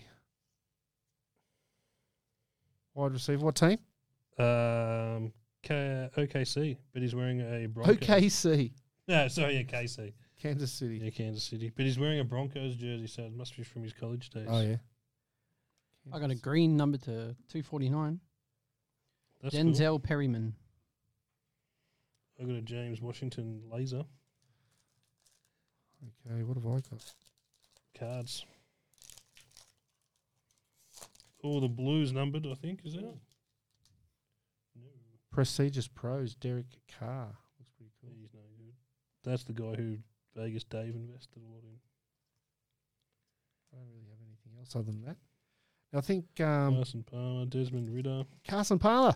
Speaker 3: wide receiver. What team?
Speaker 4: Um, K- OKC, but he's wearing a Broncos.
Speaker 3: OKC,
Speaker 4: No, sorry, yeah, KC.
Speaker 3: Kansas City.
Speaker 4: Yeah, Kansas City. But he's wearing a Broncos jersey, so it must be from his college days.
Speaker 3: Oh yeah.
Speaker 5: I got a green number to 249.
Speaker 4: That's cool.
Speaker 5: Denzel Perryman.
Speaker 4: I got a James Washington laser
Speaker 3: Okay, what have I got?
Speaker 4: cards. Oh, the blues numbered, I think, is that? it?
Speaker 3: Prestigious Pros, Derek Carr. Looks pretty cool.
Speaker 4: He's no good. That's the guy who Vegas Dave invested a lot in.
Speaker 3: I don't really have anything else other than that. Now, I think um,
Speaker 4: Carson Palmer, Desmond uh, Ritter,
Speaker 3: Carson Parler.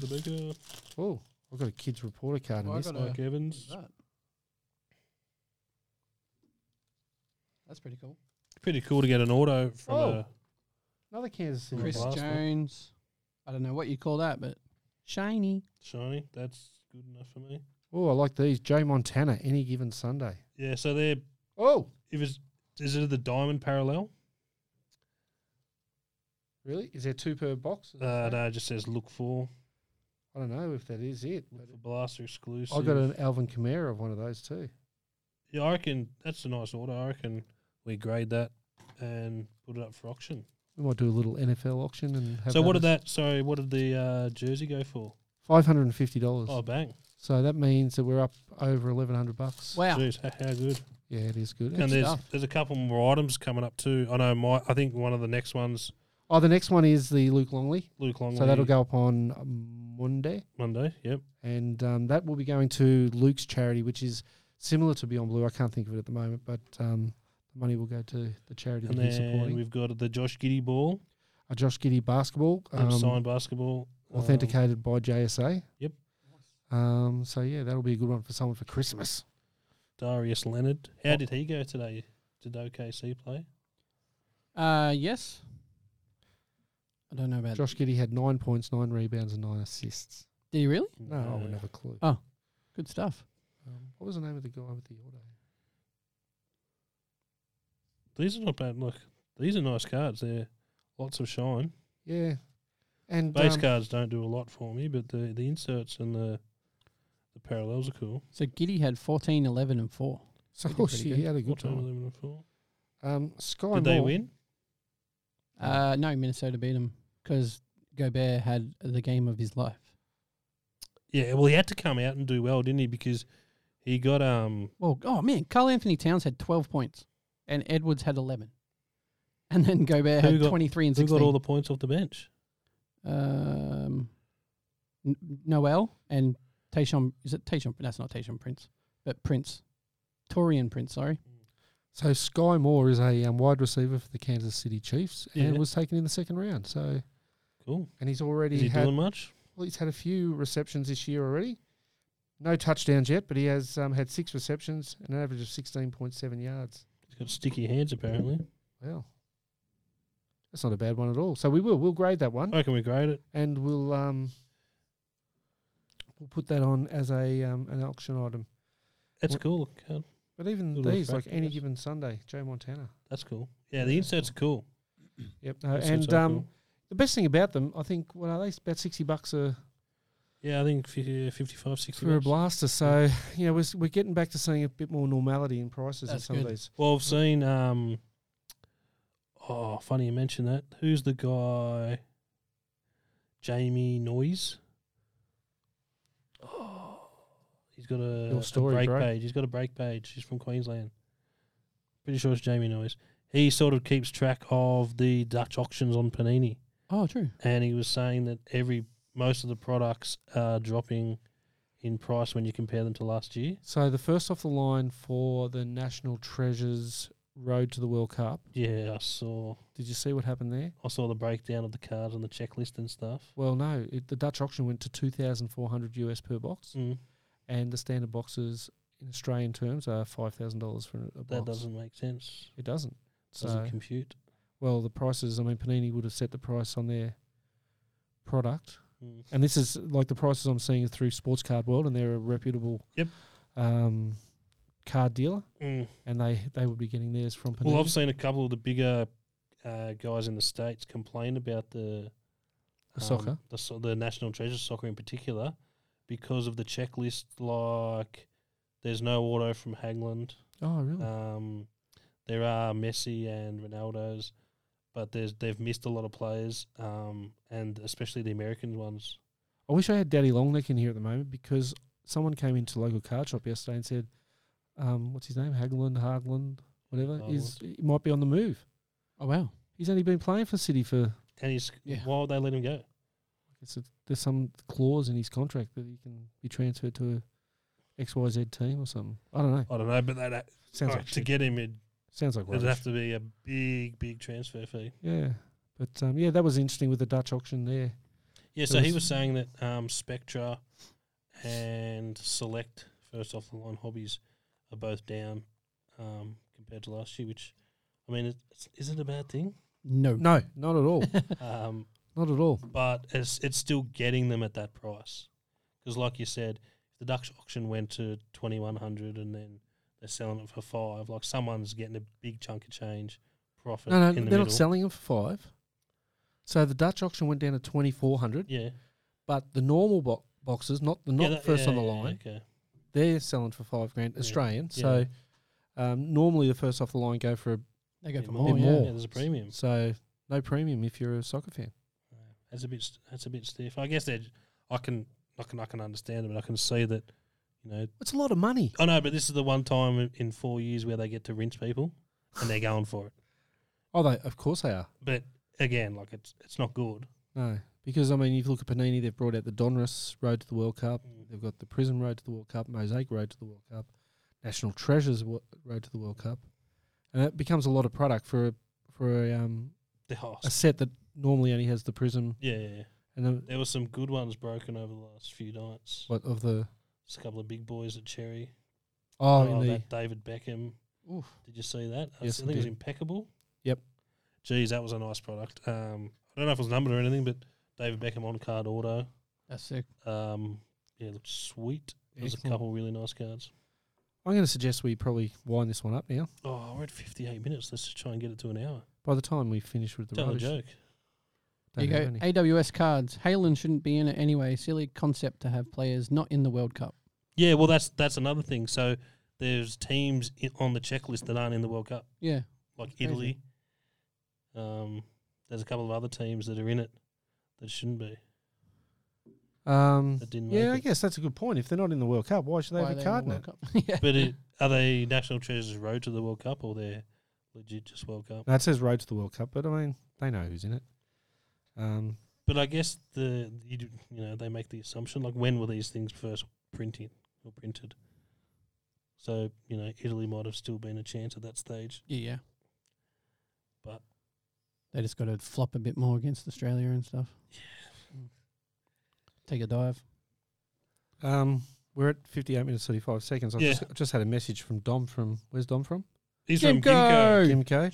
Speaker 4: Little Baker,
Speaker 3: Oh, I've got a kids reporter card
Speaker 5: Well,
Speaker 3: in
Speaker 5: I
Speaker 3: this.
Speaker 5: got a-
Speaker 4: Mike Evans.
Speaker 5: that? That's pretty cool.
Speaker 4: Pretty cool to get an auto from
Speaker 3: Oh.
Speaker 4: a
Speaker 3: Another Kansas City.
Speaker 5: Chris
Speaker 4: blast, man.
Speaker 5: Jones. I don't know what you call that, but shiny.
Speaker 4: shiny. That's good enough for me.
Speaker 3: Oh, I like these. Joe Montana, any given Sunday.
Speaker 4: Yeah, so they're
Speaker 3: Oh,
Speaker 4: if it's is it the diamond parallel?
Speaker 3: really? Is there two per box? Is that
Speaker 4: Uh,
Speaker 3: right?
Speaker 4: no, it just says look for
Speaker 3: I don't know if that is it. But
Speaker 4: look for blaster exclusive.
Speaker 3: I got an Alvin Kamara of one of those too.
Speaker 4: Yeah, I reckon that's a nice order. I reckon we grade that and put it up for auction.
Speaker 3: We might do a little NFL auction and have
Speaker 4: so what did that? Sorry, what did the uh, jersey go for?
Speaker 3: Five hundred and fifty dollars.
Speaker 4: Oh, bang!
Speaker 3: So that means that we're up over eleven hundred bucks.
Speaker 5: Wow.
Speaker 4: Jeez, how, how good.
Speaker 3: Yeah, it is good.
Speaker 4: and there's
Speaker 5: stuff.
Speaker 4: there's a couple more items coming up too. I know my I think one of the next ones
Speaker 3: Oh, the next one is the Luke Longley.
Speaker 4: Luke Longley.
Speaker 3: So that'll go up on Monday,
Speaker 4: Monday. Yep.
Speaker 3: and um, that will be going to Luke's charity, which is similar to Beyond Blue. I can't think of it at the moment, but um, the money will go to the charity
Speaker 4: And
Speaker 3: that he's
Speaker 4: then
Speaker 3: supporting.
Speaker 4: we've got the Josh Giddy ball,
Speaker 3: a Josh Giddy basketball,
Speaker 4: um,
Speaker 3: um,
Speaker 4: signed basketball, um,
Speaker 3: authenticated by JSA.
Speaker 4: Yep.
Speaker 3: Um, so yeah, that'll be a good one for someone for Christmas.
Speaker 4: Darius Leonard. How did he go today? Did OKC play?
Speaker 5: Uh, yes. I don't know about.
Speaker 3: Josh Giddy had nine points, nine rebounds, and nine assists.
Speaker 5: Did he really?
Speaker 3: No, I would have a clue.
Speaker 5: Oh. Good stuff.
Speaker 3: Um, what was the name of the guy with the auto?
Speaker 4: These are not bad. Look, these are nice cards. They're lots of shine.
Speaker 3: Yeah, and
Speaker 4: Base
Speaker 3: um,
Speaker 4: cards don't do a lot for me, but the, the inserts and the the parallels are cool.
Speaker 5: So Giddy had 14, 11, and four.
Speaker 3: so
Speaker 5: did
Speaker 3: oh,
Speaker 5: pretty
Speaker 3: shit,
Speaker 5: good.
Speaker 3: he had a good
Speaker 4: What time
Speaker 3: time.
Speaker 4: are they for?
Speaker 3: Um, Sky
Speaker 4: Did they
Speaker 3: Moore-
Speaker 4: win?
Speaker 5: Uh, no, Minnesota beat him because Gobert had the game of his life.
Speaker 4: Yeah. Well, he had to come out and do well, didn't he? Because he got um
Speaker 5: Well, oh man, Carl Anthony Towns had 12 points, and Edwards had 11, and then Gobert
Speaker 4: Who
Speaker 5: had
Speaker 4: got-
Speaker 5: 23 and
Speaker 4: who
Speaker 5: 16.
Speaker 4: got all the points off the bench.
Speaker 5: um, N- Noel and Tayshawn. Is it Tayshawn? That's not Tayshawn Prince, but Prince, Torian Prince. Sorry.
Speaker 3: So Sky Moore is a um, wide receiver for the Kansas City Chiefs and
Speaker 4: Yeah.
Speaker 3: was taken in the second round. So
Speaker 4: Cool.
Speaker 3: and he's
Speaker 4: Is
Speaker 3: already
Speaker 4: he
Speaker 3: had
Speaker 4: doing much?
Speaker 3: well, he's had a few receptions this year already. No touchdowns yet, but he has um, had six receptions and an average of sixteen point seven yards.
Speaker 4: He's got sticky hands apparently.
Speaker 3: Wow. That's not a bad one at all. So we will we'll grade that one
Speaker 4: I reckon we grade it.
Speaker 3: and we'll um we'll put that on as a um, an auction item.
Speaker 4: That's
Speaker 3: What-
Speaker 4: cool. God,
Speaker 3: But even
Speaker 4: Little
Speaker 3: these, like
Speaker 4: effect, I
Speaker 3: any
Speaker 4: guess.
Speaker 3: given Sunday, Joe Montana.
Speaker 4: That's cool. Yeah, the inserts are cool.
Speaker 3: Yep. No,
Speaker 4: Inserts
Speaker 3: and
Speaker 4: are
Speaker 3: um,
Speaker 4: cool.
Speaker 3: the best thing about them, I think, what are they? About sixty bucks a
Speaker 4: yeah, I think fi- uh, 55, 60
Speaker 3: for a
Speaker 4: bucks.
Speaker 3: blaster. So you know, we're, s- we're getting back to seeing a bit more normality in prices in
Speaker 5: That's
Speaker 3: some of
Speaker 5: good.
Speaker 3: these.
Speaker 4: Well, I've seen. Um, oh, funny you mention that. Who's the guy? Jamie Noyes. Oh, he's got a,
Speaker 3: Your
Speaker 4: a
Speaker 3: story,
Speaker 4: break
Speaker 3: bro.
Speaker 4: page. He's got a break page. He's from Queensland. Pretty sure it's Jamie Noyes. He sort of keeps track of the Dutch auctions on Panini,
Speaker 5: Oh, true.
Speaker 4: and he was saying that every most of the products are dropping in price when you compare them to last year.
Speaker 3: So the first off the line for the National Treasures Road to the World Cup.
Speaker 4: Yeah, I saw.
Speaker 3: Did you see what happened there?
Speaker 4: I saw the breakdown of the cards and the checklist and stuff.
Speaker 3: Well, no. It, the Dutch auction went to two thousand four hundred US per box,
Speaker 4: Mm,
Speaker 3: and the standard boxes in Australian terms are five thousand dollars for a box.
Speaker 4: that doesn't make sense.
Speaker 3: It doesn't.
Speaker 4: doesn't
Speaker 3: So
Speaker 4: compute.
Speaker 3: well, the prices. I mean, Panini would have set the price on their product.
Speaker 4: Mm.
Speaker 3: and this is like the prices I'm seeing is through Sports Card World, and they're a reputable
Speaker 4: Yep.
Speaker 3: um, card dealer,
Speaker 4: Mm.
Speaker 3: and they they would be getting theirs from Panini.
Speaker 4: Well, I've seen a couple of the bigger uh, guys in the states complain about the um,
Speaker 3: The soccer?
Speaker 4: the, so- the national treasure soccer in particular, because of the checklist. Like, there's no auto from Hagland.
Speaker 3: oh, really?
Speaker 4: Um, there are Messi and Ronaldo's. but there's they've missed a lot of players, um, and especially the American ones.
Speaker 3: I wish I had Daddy Longneck in here at the moment because someone came into the local card shop yesterday and said, um, "What's his name? Hagland, Hardland, whatever.
Speaker 4: Oh,
Speaker 3: Is he might be on the move.
Speaker 5: Oh wow.
Speaker 3: He's only been playing for City for.
Speaker 4: And he's
Speaker 5: Yeah.
Speaker 4: why would they let him go?
Speaker 3: It's a, there's some clause in his contract that he can be transferred to a XYZ team or something. I don't know.
Speaker 4: I don't know, but that
Speaker 3: Sounds like
Speaker 4: to
Speaker 3: shit.
Speaker 4: get him, it,
Speaker 3: sounds like
Speaker 4: it'd
Speaker 3: rubbish.
Speaker 4: have to be a big, big transfer fee.
Speaker 3: Yeah, but um, yeah, that was interesting with the Dutch auction there.
Speaker 4: Yeah,
Speaker 3: There
Speaker 4: so he
Speaker 3: was-
Speaker 4: was saying that um, Spectra and Select, first off the line hobbies, are both down um, compared to last year, which, I mean, it's, is it a bad thing?
Speaker 5: No.
Speaker 3: No, not at all.
Speaker 4: um,
Speaker 3: not at all.
Speaker 4: but it's, it's still getting them at that price. Because, like you said, if the Dutch auction went to 2100 and then they're selling it for five, like someone's getting a big chunk of change profit
Speaker 3: No, no,
Speaker 4: in the
Speaker 3: they're
Speaker 4: middle.
Speaker 3: not selling them for five. So the Dutch auction went down to twenty four hundred.
Speaker 4: yeah.
Speaker 3: But the normal bo- boxes, not the
Speaker 4: Yeah,
Speaker 3: not
Speaker 4: that-
Speaker 3: first
Speaker 4: yeah,
Speaker 3: on the
Speaker 4: yeah, yeah,
Speaker 3: line,
Speaker 4: Okay.
Speaker 3: they're selling for five grand
Speaker 4: Yeah.
Speaker 3: Australian.
Speaker 4: Yeah.
Speaker 3: So um, normally the first off the line go for a
Speaker 5: They go
Speaker 4: Yeah,
Speaker 5: for
Speaker 4: more,
Speaker 5: more.
Speaker 3: yeah.
Speaker 5: Yeah.
Speaker 3: more.
Speaker 4: Yeah, there's a premium.
Speaker 3: so no premium if you're a soccer fan.
Speaker 4: That's a bit. st- That's a bit stiff. I guess that I can. I can. I can understand it, but I can see that. You know.
Speaker 3: It's a lot of money.
Speaker 4: I know, but this is the one time in- in four years where they get to rinse people, and they're going for it.
Speaker 3: Although of course Oh, they are.
Speaker 4: But again, like it's it's not good.
Speaker 3: No, because I mean, if you look at Panini, they've brought out the Donruss Road to the World Cup.
Speaker 4: Mm.
Speaker 3: They've got the Prism Road to the World Cup, Mosaic Road to the World Cup, National Treasures Wo- Road to the World Cup, and it becomes a lot of product for a, for a, um,
Speaker 4: The
Speaker 3: a
Speaker 4: host.
Speaker 3: set that normally only has the Prism
Speaker 4: Yeah, yeah, yeah.
Speaker 3: and the
Speaker 4: There were some good ones broken over the last few nights.
Speaker 3: what of the
Speaker 4: There's a couple of big boys at Cherry.
Speaker 3: oh, in the
Speaker 4: that David Beckham.
Speaker 5: Oof.
Speaker 4: Did you see that? I
Speaker 3: Yes,
Speaker 4: s- I
Speaker 3: I
Speaker 4: think it was
Speaker 3: did.
Speaker 4: impeccable.
Speaker 3: Yep.
Speaker 4: Geez, that was a nice product. Um, I don't know if it was numbered or anything, but David Beckham on card auto.
Speaker 5: That's sick.
Speaker 4: Um, yeah, it looked sweet. There's a
Speaker 3: Excellent.
Speaker 4: couple really nice cards.
Speaker 3: I'm going to suggest we probably wind this one up now.
Speaker 4: Oh, we're at 58 minutes. Let's just try and get it to an hour.
Speaker 3: By the time we finish with the
Speaker 4: Tell a
Speaker 3: rubbish,
Speaker 4: joke.
Speaker 5: There
Speaker 3: don't
Speaker 5: you
Speaker 3: have
Speaker 5: go.
Speaker 3: any.
Speaker 5: AWS cards. Halen shouldn't be in it anyway. Silly concept to have players not in the World Cup.
Speaker 4: Yeah, well, that's that's another thing. So there's teams i on the checklist that aren't in the World Cup,
Speaker 5: Yeah.
Speaker 4: like
Speaker 5: Crazy.
Speaker 4: Italy. Um, there's a couple of other teams that are in it that shouldn't be.
Speaker 3: Um,
Speaker 4: That didn't
Speaker 3: yeah,
Speaker 4: make
Speaker 3: I
Speaker 4: it.
Speaker 3: guess that's a good point. If they're not in the World Cup, why should they
Speaker 5: Why
Speaker 3: have
Speaker 5: are
Speaker 3: a
Speaker 5: they
Speaker 3: card
Speaker 5: in the
Speaker 3: in
Speaker 5: World
Speaker 3: it?
Speaker 5: Cup? yeah.
Speaker 4: But it, are they National Treasures Road to the World Cup or they're legit just World Cup?
Speaker 3: No, it says Road to the World Cup, but I mean, they know who's in it. Um,
Speaker 4: But I guess the you, do, you know they make the assumption like when were these things first printed or printed? So you know Italy might have still been a chance at that stage.
Speaker 5: yeah, yeah.
Speaker 4: But-
Speaker 5: they just got to flop a bit more against Australia and stuff. Yeah. Take a dive.
Speaker 3: Um, we're at 58 minutes 35 seconds. I
Speaker 4: Yeah.
Speaker 3: just, I just had a message from Dom from where's Dom from?
Speaker 4: He's
Speaker 5: Jim
Speaker 4: from Gimco.
Speaker 5: Go!
Speaker 3: Kimco.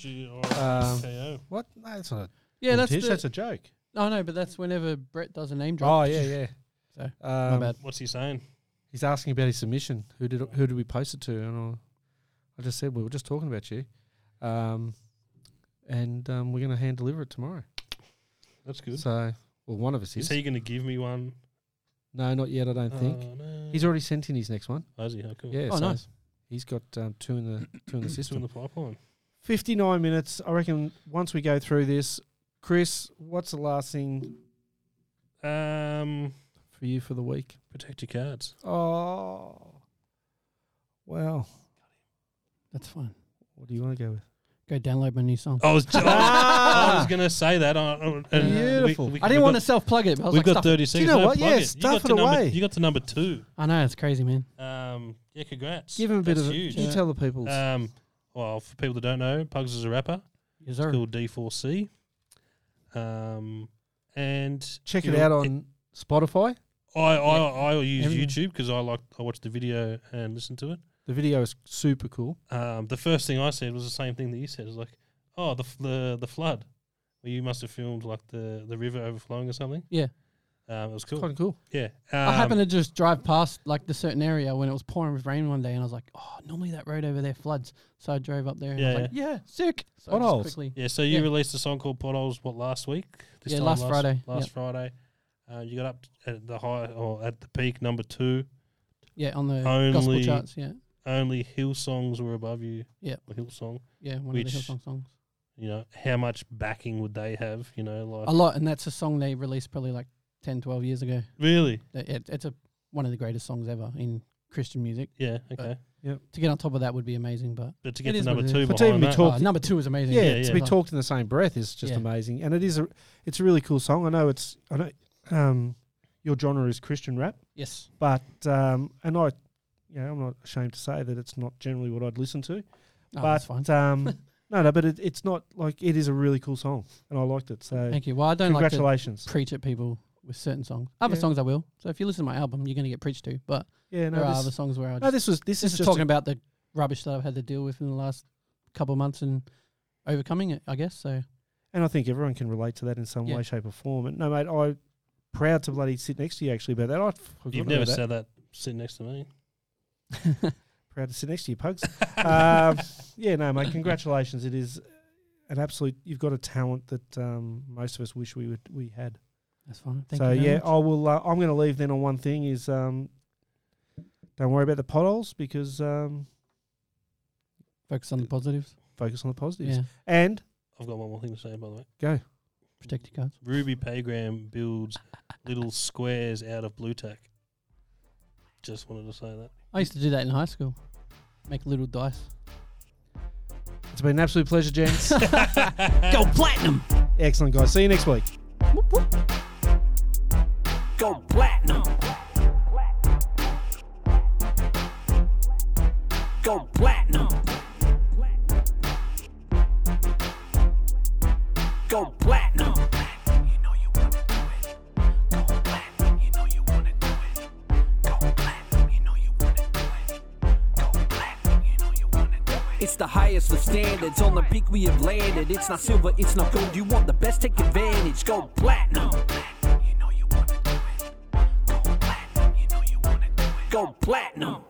Speaker 3: Um,
Speaker 4: G-R-K-O.
Speaker 3: What? No, that's not. A
Speaker 5: Yeah, that's
Speaker 3: dish,
Speaker 5: the,
Speaker 3: that's a joke.
Speaker 5: I know, but that's whenever Brett does a name
Speaker 3: Oh
Speaker 5: drop.
Speaker 3: yeah, yeah.
Speaker 5: So,
Speaker 3: um,
Speaker 5: bad.
Speaker 4: What's he saying?
Speaker 3: He's asking about his submission. Who did who did we post it to? And I, I just said we were just talking about you, um, and um, we're going to hand deliver it tomorrow.
Speaker 4: That's good.
Speaker 3: So, well, one of us
Speaker 4: Is
Speaker 3: is.
Speaker 4: he going to give me one?
Speaker 3: no, not yet. I don't think
Speaker 4: Oh, no.
Speaker 3: he's already sent in his next one.
Speaker 4: Oh, is he? Oh, cool.
Speaker 3: Yeah.
Speaker 5: Oh,
Speaker 3: so
Speaker 5: nice.
Speaker 3: He's got um, two in the two in the
Speaker 4: It's
Speaker 3: system.
Speaker 4: in the pipeline.
Speaker 3: 59 minutes. I reckon once we go through this, Chris, what's the last thing
Speaker 4: Um,
Speaker 3: for you for the week?
Speaker 4: protect your cards.
Speaker 3: Oh, well,
Speaker 5: that's fine.
Speaker 3: what do you want to go with?
Speaker 5: Go download my new song.
Speaker 3: Oh,
Speaker 4: I was, I was, I was going to say that. I, I- and we-
Speaker 3: Beautiful.
Speaker 4: we-
Speaker 5: I
Speaker 4: we
Speaker 5: didn't want to
Speaker 4: got-
Speaker 5: self plug it, but I was
Speaker 4: We've
Speaker 5: like,
Speaker 4: got
Speaker 5: stuff it.
Speaker 4: 30 seconds.
Speaker 3: know
Speaker 4: No,
Speaker 3: what?
Speaker 4: plug
Speaker 3: Yeah,
Speaker 4: it. You
Speaker 3: stuff
Speaker 4: got
Speaker 3: it
Speaker 4: to number-
Speaker 3: away.
Speaker 4: You got to number two.
Speaker 5: I know it's crazy, man.
Speaker 4: Um, yeah, congrats.
Speaker 3: Give him a bit
Speaker 4: That's
Speaker 3: of
Speaker 4: huge.
Speaker 3: You
Speaker 5: Yeah. Uh,
Speaker 3: tell the people.
Speaker 4: Um, well, for people that don't know, Pugs is a rapper.
Speaker 5: Yes,
Speaker 4: It's
Speaker 5: sir.
Speaker 4: called D4C. Um, and
Speaker 3: Check it
Speaker 4: it'll-
Speaker 3: out on Spotify.
Speaker 4: I I, I use
Speaker 3: Everyone.
Speaker 4: YouTube because I like I watch the video and listen to it.
Speaker 3: The video is super cool.
Speaker 4: Um, the first thing I said was the same thing that you said. It was like, oh, the f- the the flood. Well, you must have filmed like the the river overflowing or something.
Speaker 5: Yeah.
Speaker 4: Um, it was cool.
Speaker 3: Kind of cool.
Speaker 4: Yeah.
Speaker 5: I happened
Speaker 4: Um,
Speaker 5: to just drive past like the certain area when it was pouring with rain one day, and I was like, "Oh, normally that road over there floods." So I drove up there and I was like, "Yeah, sick." So I just
Speaker 3: Potholes.
Speaker 5: quickly,
Speaker 4: Yeah, so you
Speaker 5: Yeah.
Speaker 4: released a song called Potholes what last week?
Speaker 5: Yeah, last Friday.
Speaker 4: Last
Speaker 5: Yep.
Speaker 4: Friday, uh, you got up t- at the high or at the peak number two.
Speaker 5: yeah, on the
Speaker 4: Only-
Speaker 5: gospel charts. Yeah,
Speaker 4: Only hill songs were above you.
Speaker 5: Yep.
Speaker 4: hill song.
Speaker 5: yeah, one
Speaker 4: Which-
Speaker 5: of the Hillsong songs.
Speaker 4: You know, how much backing would they have? You know, like
Speaker 5: A lot, and that's a song they released probably like 10, 12 years ago.
Speaker 4: really?
Speaker 5: It- it- it's a one of the greatest songs ever in Christian music.
Speaker 4: Yeah. Okay.
Speaker 5: To get on top of that would be amazing, but
Speaker 4: But to
Speaker 5: it
Speaker 4: get to
Speaker 5: is
Speaker 4: number
Speaker 5: what it
Speaker 4: two
Speaker 5: is.
Speaker 3: But to even
Speaker 4: behind
Speaker 3: be
Speaker 4: that,
Speaker 3: talk-
Speaker 5: uh, number two is amazing.
Speaker 3: yeah,
Speaker 4: yeah.
Speaker 3: to be
Speaker 5: Like,
Speaker 3: talked in the same breath is just
Speaker 5: Yeah.
Speaker 3: amazing, and it is a it's a really cool song. I know it's I know um, your genre is Christian rap,
Speaker 5: Yes,
Speaker 3: but um, and I you know I'm not ashamed to say that it's not generally what I'd listen to,
Speaker 5: no,
Speaker 3: but
Speaker 5: Oh, that's fine.
Speaker 3: um, no, no, but it, it's not like it is a really cool song, and I liked it. So
Speaker 5: Thank you. Well, I don't like to
Speaker 3: congratulations.
Speaker 5: preach at people with certain songs. Other
Speaker 3: Yeah.
Speaker 5: songs I will. So if you listen to my album, you're going to get preached to. But
Speaker 3: yeah,
Speaker 5: there
Speaker 3: no,
Speaker 5: are other
Speaker 3: this,
Speaker 5: songs where I just,
Speaker 3: no, this was this, is
Speaker 5: this is
Speaker 3: just
Speaker 5: talking
Speaker 3: a-
Speaker 5: about the rubbish that I've had to deal with in the last couple of months and overcoming it. I guess so.
Speaker 3: And I think everyone can relate to that in some
Speaker 5: Yeah.
Speaker 3: way, shape, or form. And no, mate, I proud to bloody sit next to you actually about that. I forgot
Speaker 4: You've
Speaker 3: about
Speaker 4: never
Speaker 3: that.
Speaker 4: said that sitting next to me.
Speaker 3: proud to sit next to you, pugs. um, yeah, no, mate, congratulations. It is an absolute. You've got a talent that um, most of us wish we would we had.
Speaker 5: That's fine. Thank
Speaker 3: so
Speaker 5: you. very
Speaker 3: yeah,
Speaker 5: much.
Speaker 3: I will. Uh, I'm going to leave then on one thing is um, don't worry about the potholes because um,
Speaker 5: focus on the positives.
Speaker 3: focus on the positives
Speaker 5: Yeah,
Speaker 3: and
Speaker 4: I've got one more thing to say, by the way.
Speaker 3: go.
Speaker 5: protect your cards.
Speaker 4: Ruby Paygram builds little squares out of blue tack. Just wanted to say that.
Speaker 5: I used to do that in high school. Make little dice.
Speaker 3: It's been an absolute pleasure, gents.
Speaker 2: Go platinum.
Speaker 3: Excellent, guys. See you next week.
Speaker 2: Go platinum. Go platinum. Go platinum. You know you wanna do it. Go platinum. You know you wanna do it. Go platinum. You know you wanna do it. Go platinum. You know you wanna do it. It's the highest of standards. On the peak we have landed. It's not silver. It's not gold. You want the best? Take advantage. Go platinum. You know you wanna do it. Go platinum. You know you wanna do it. Go platinum.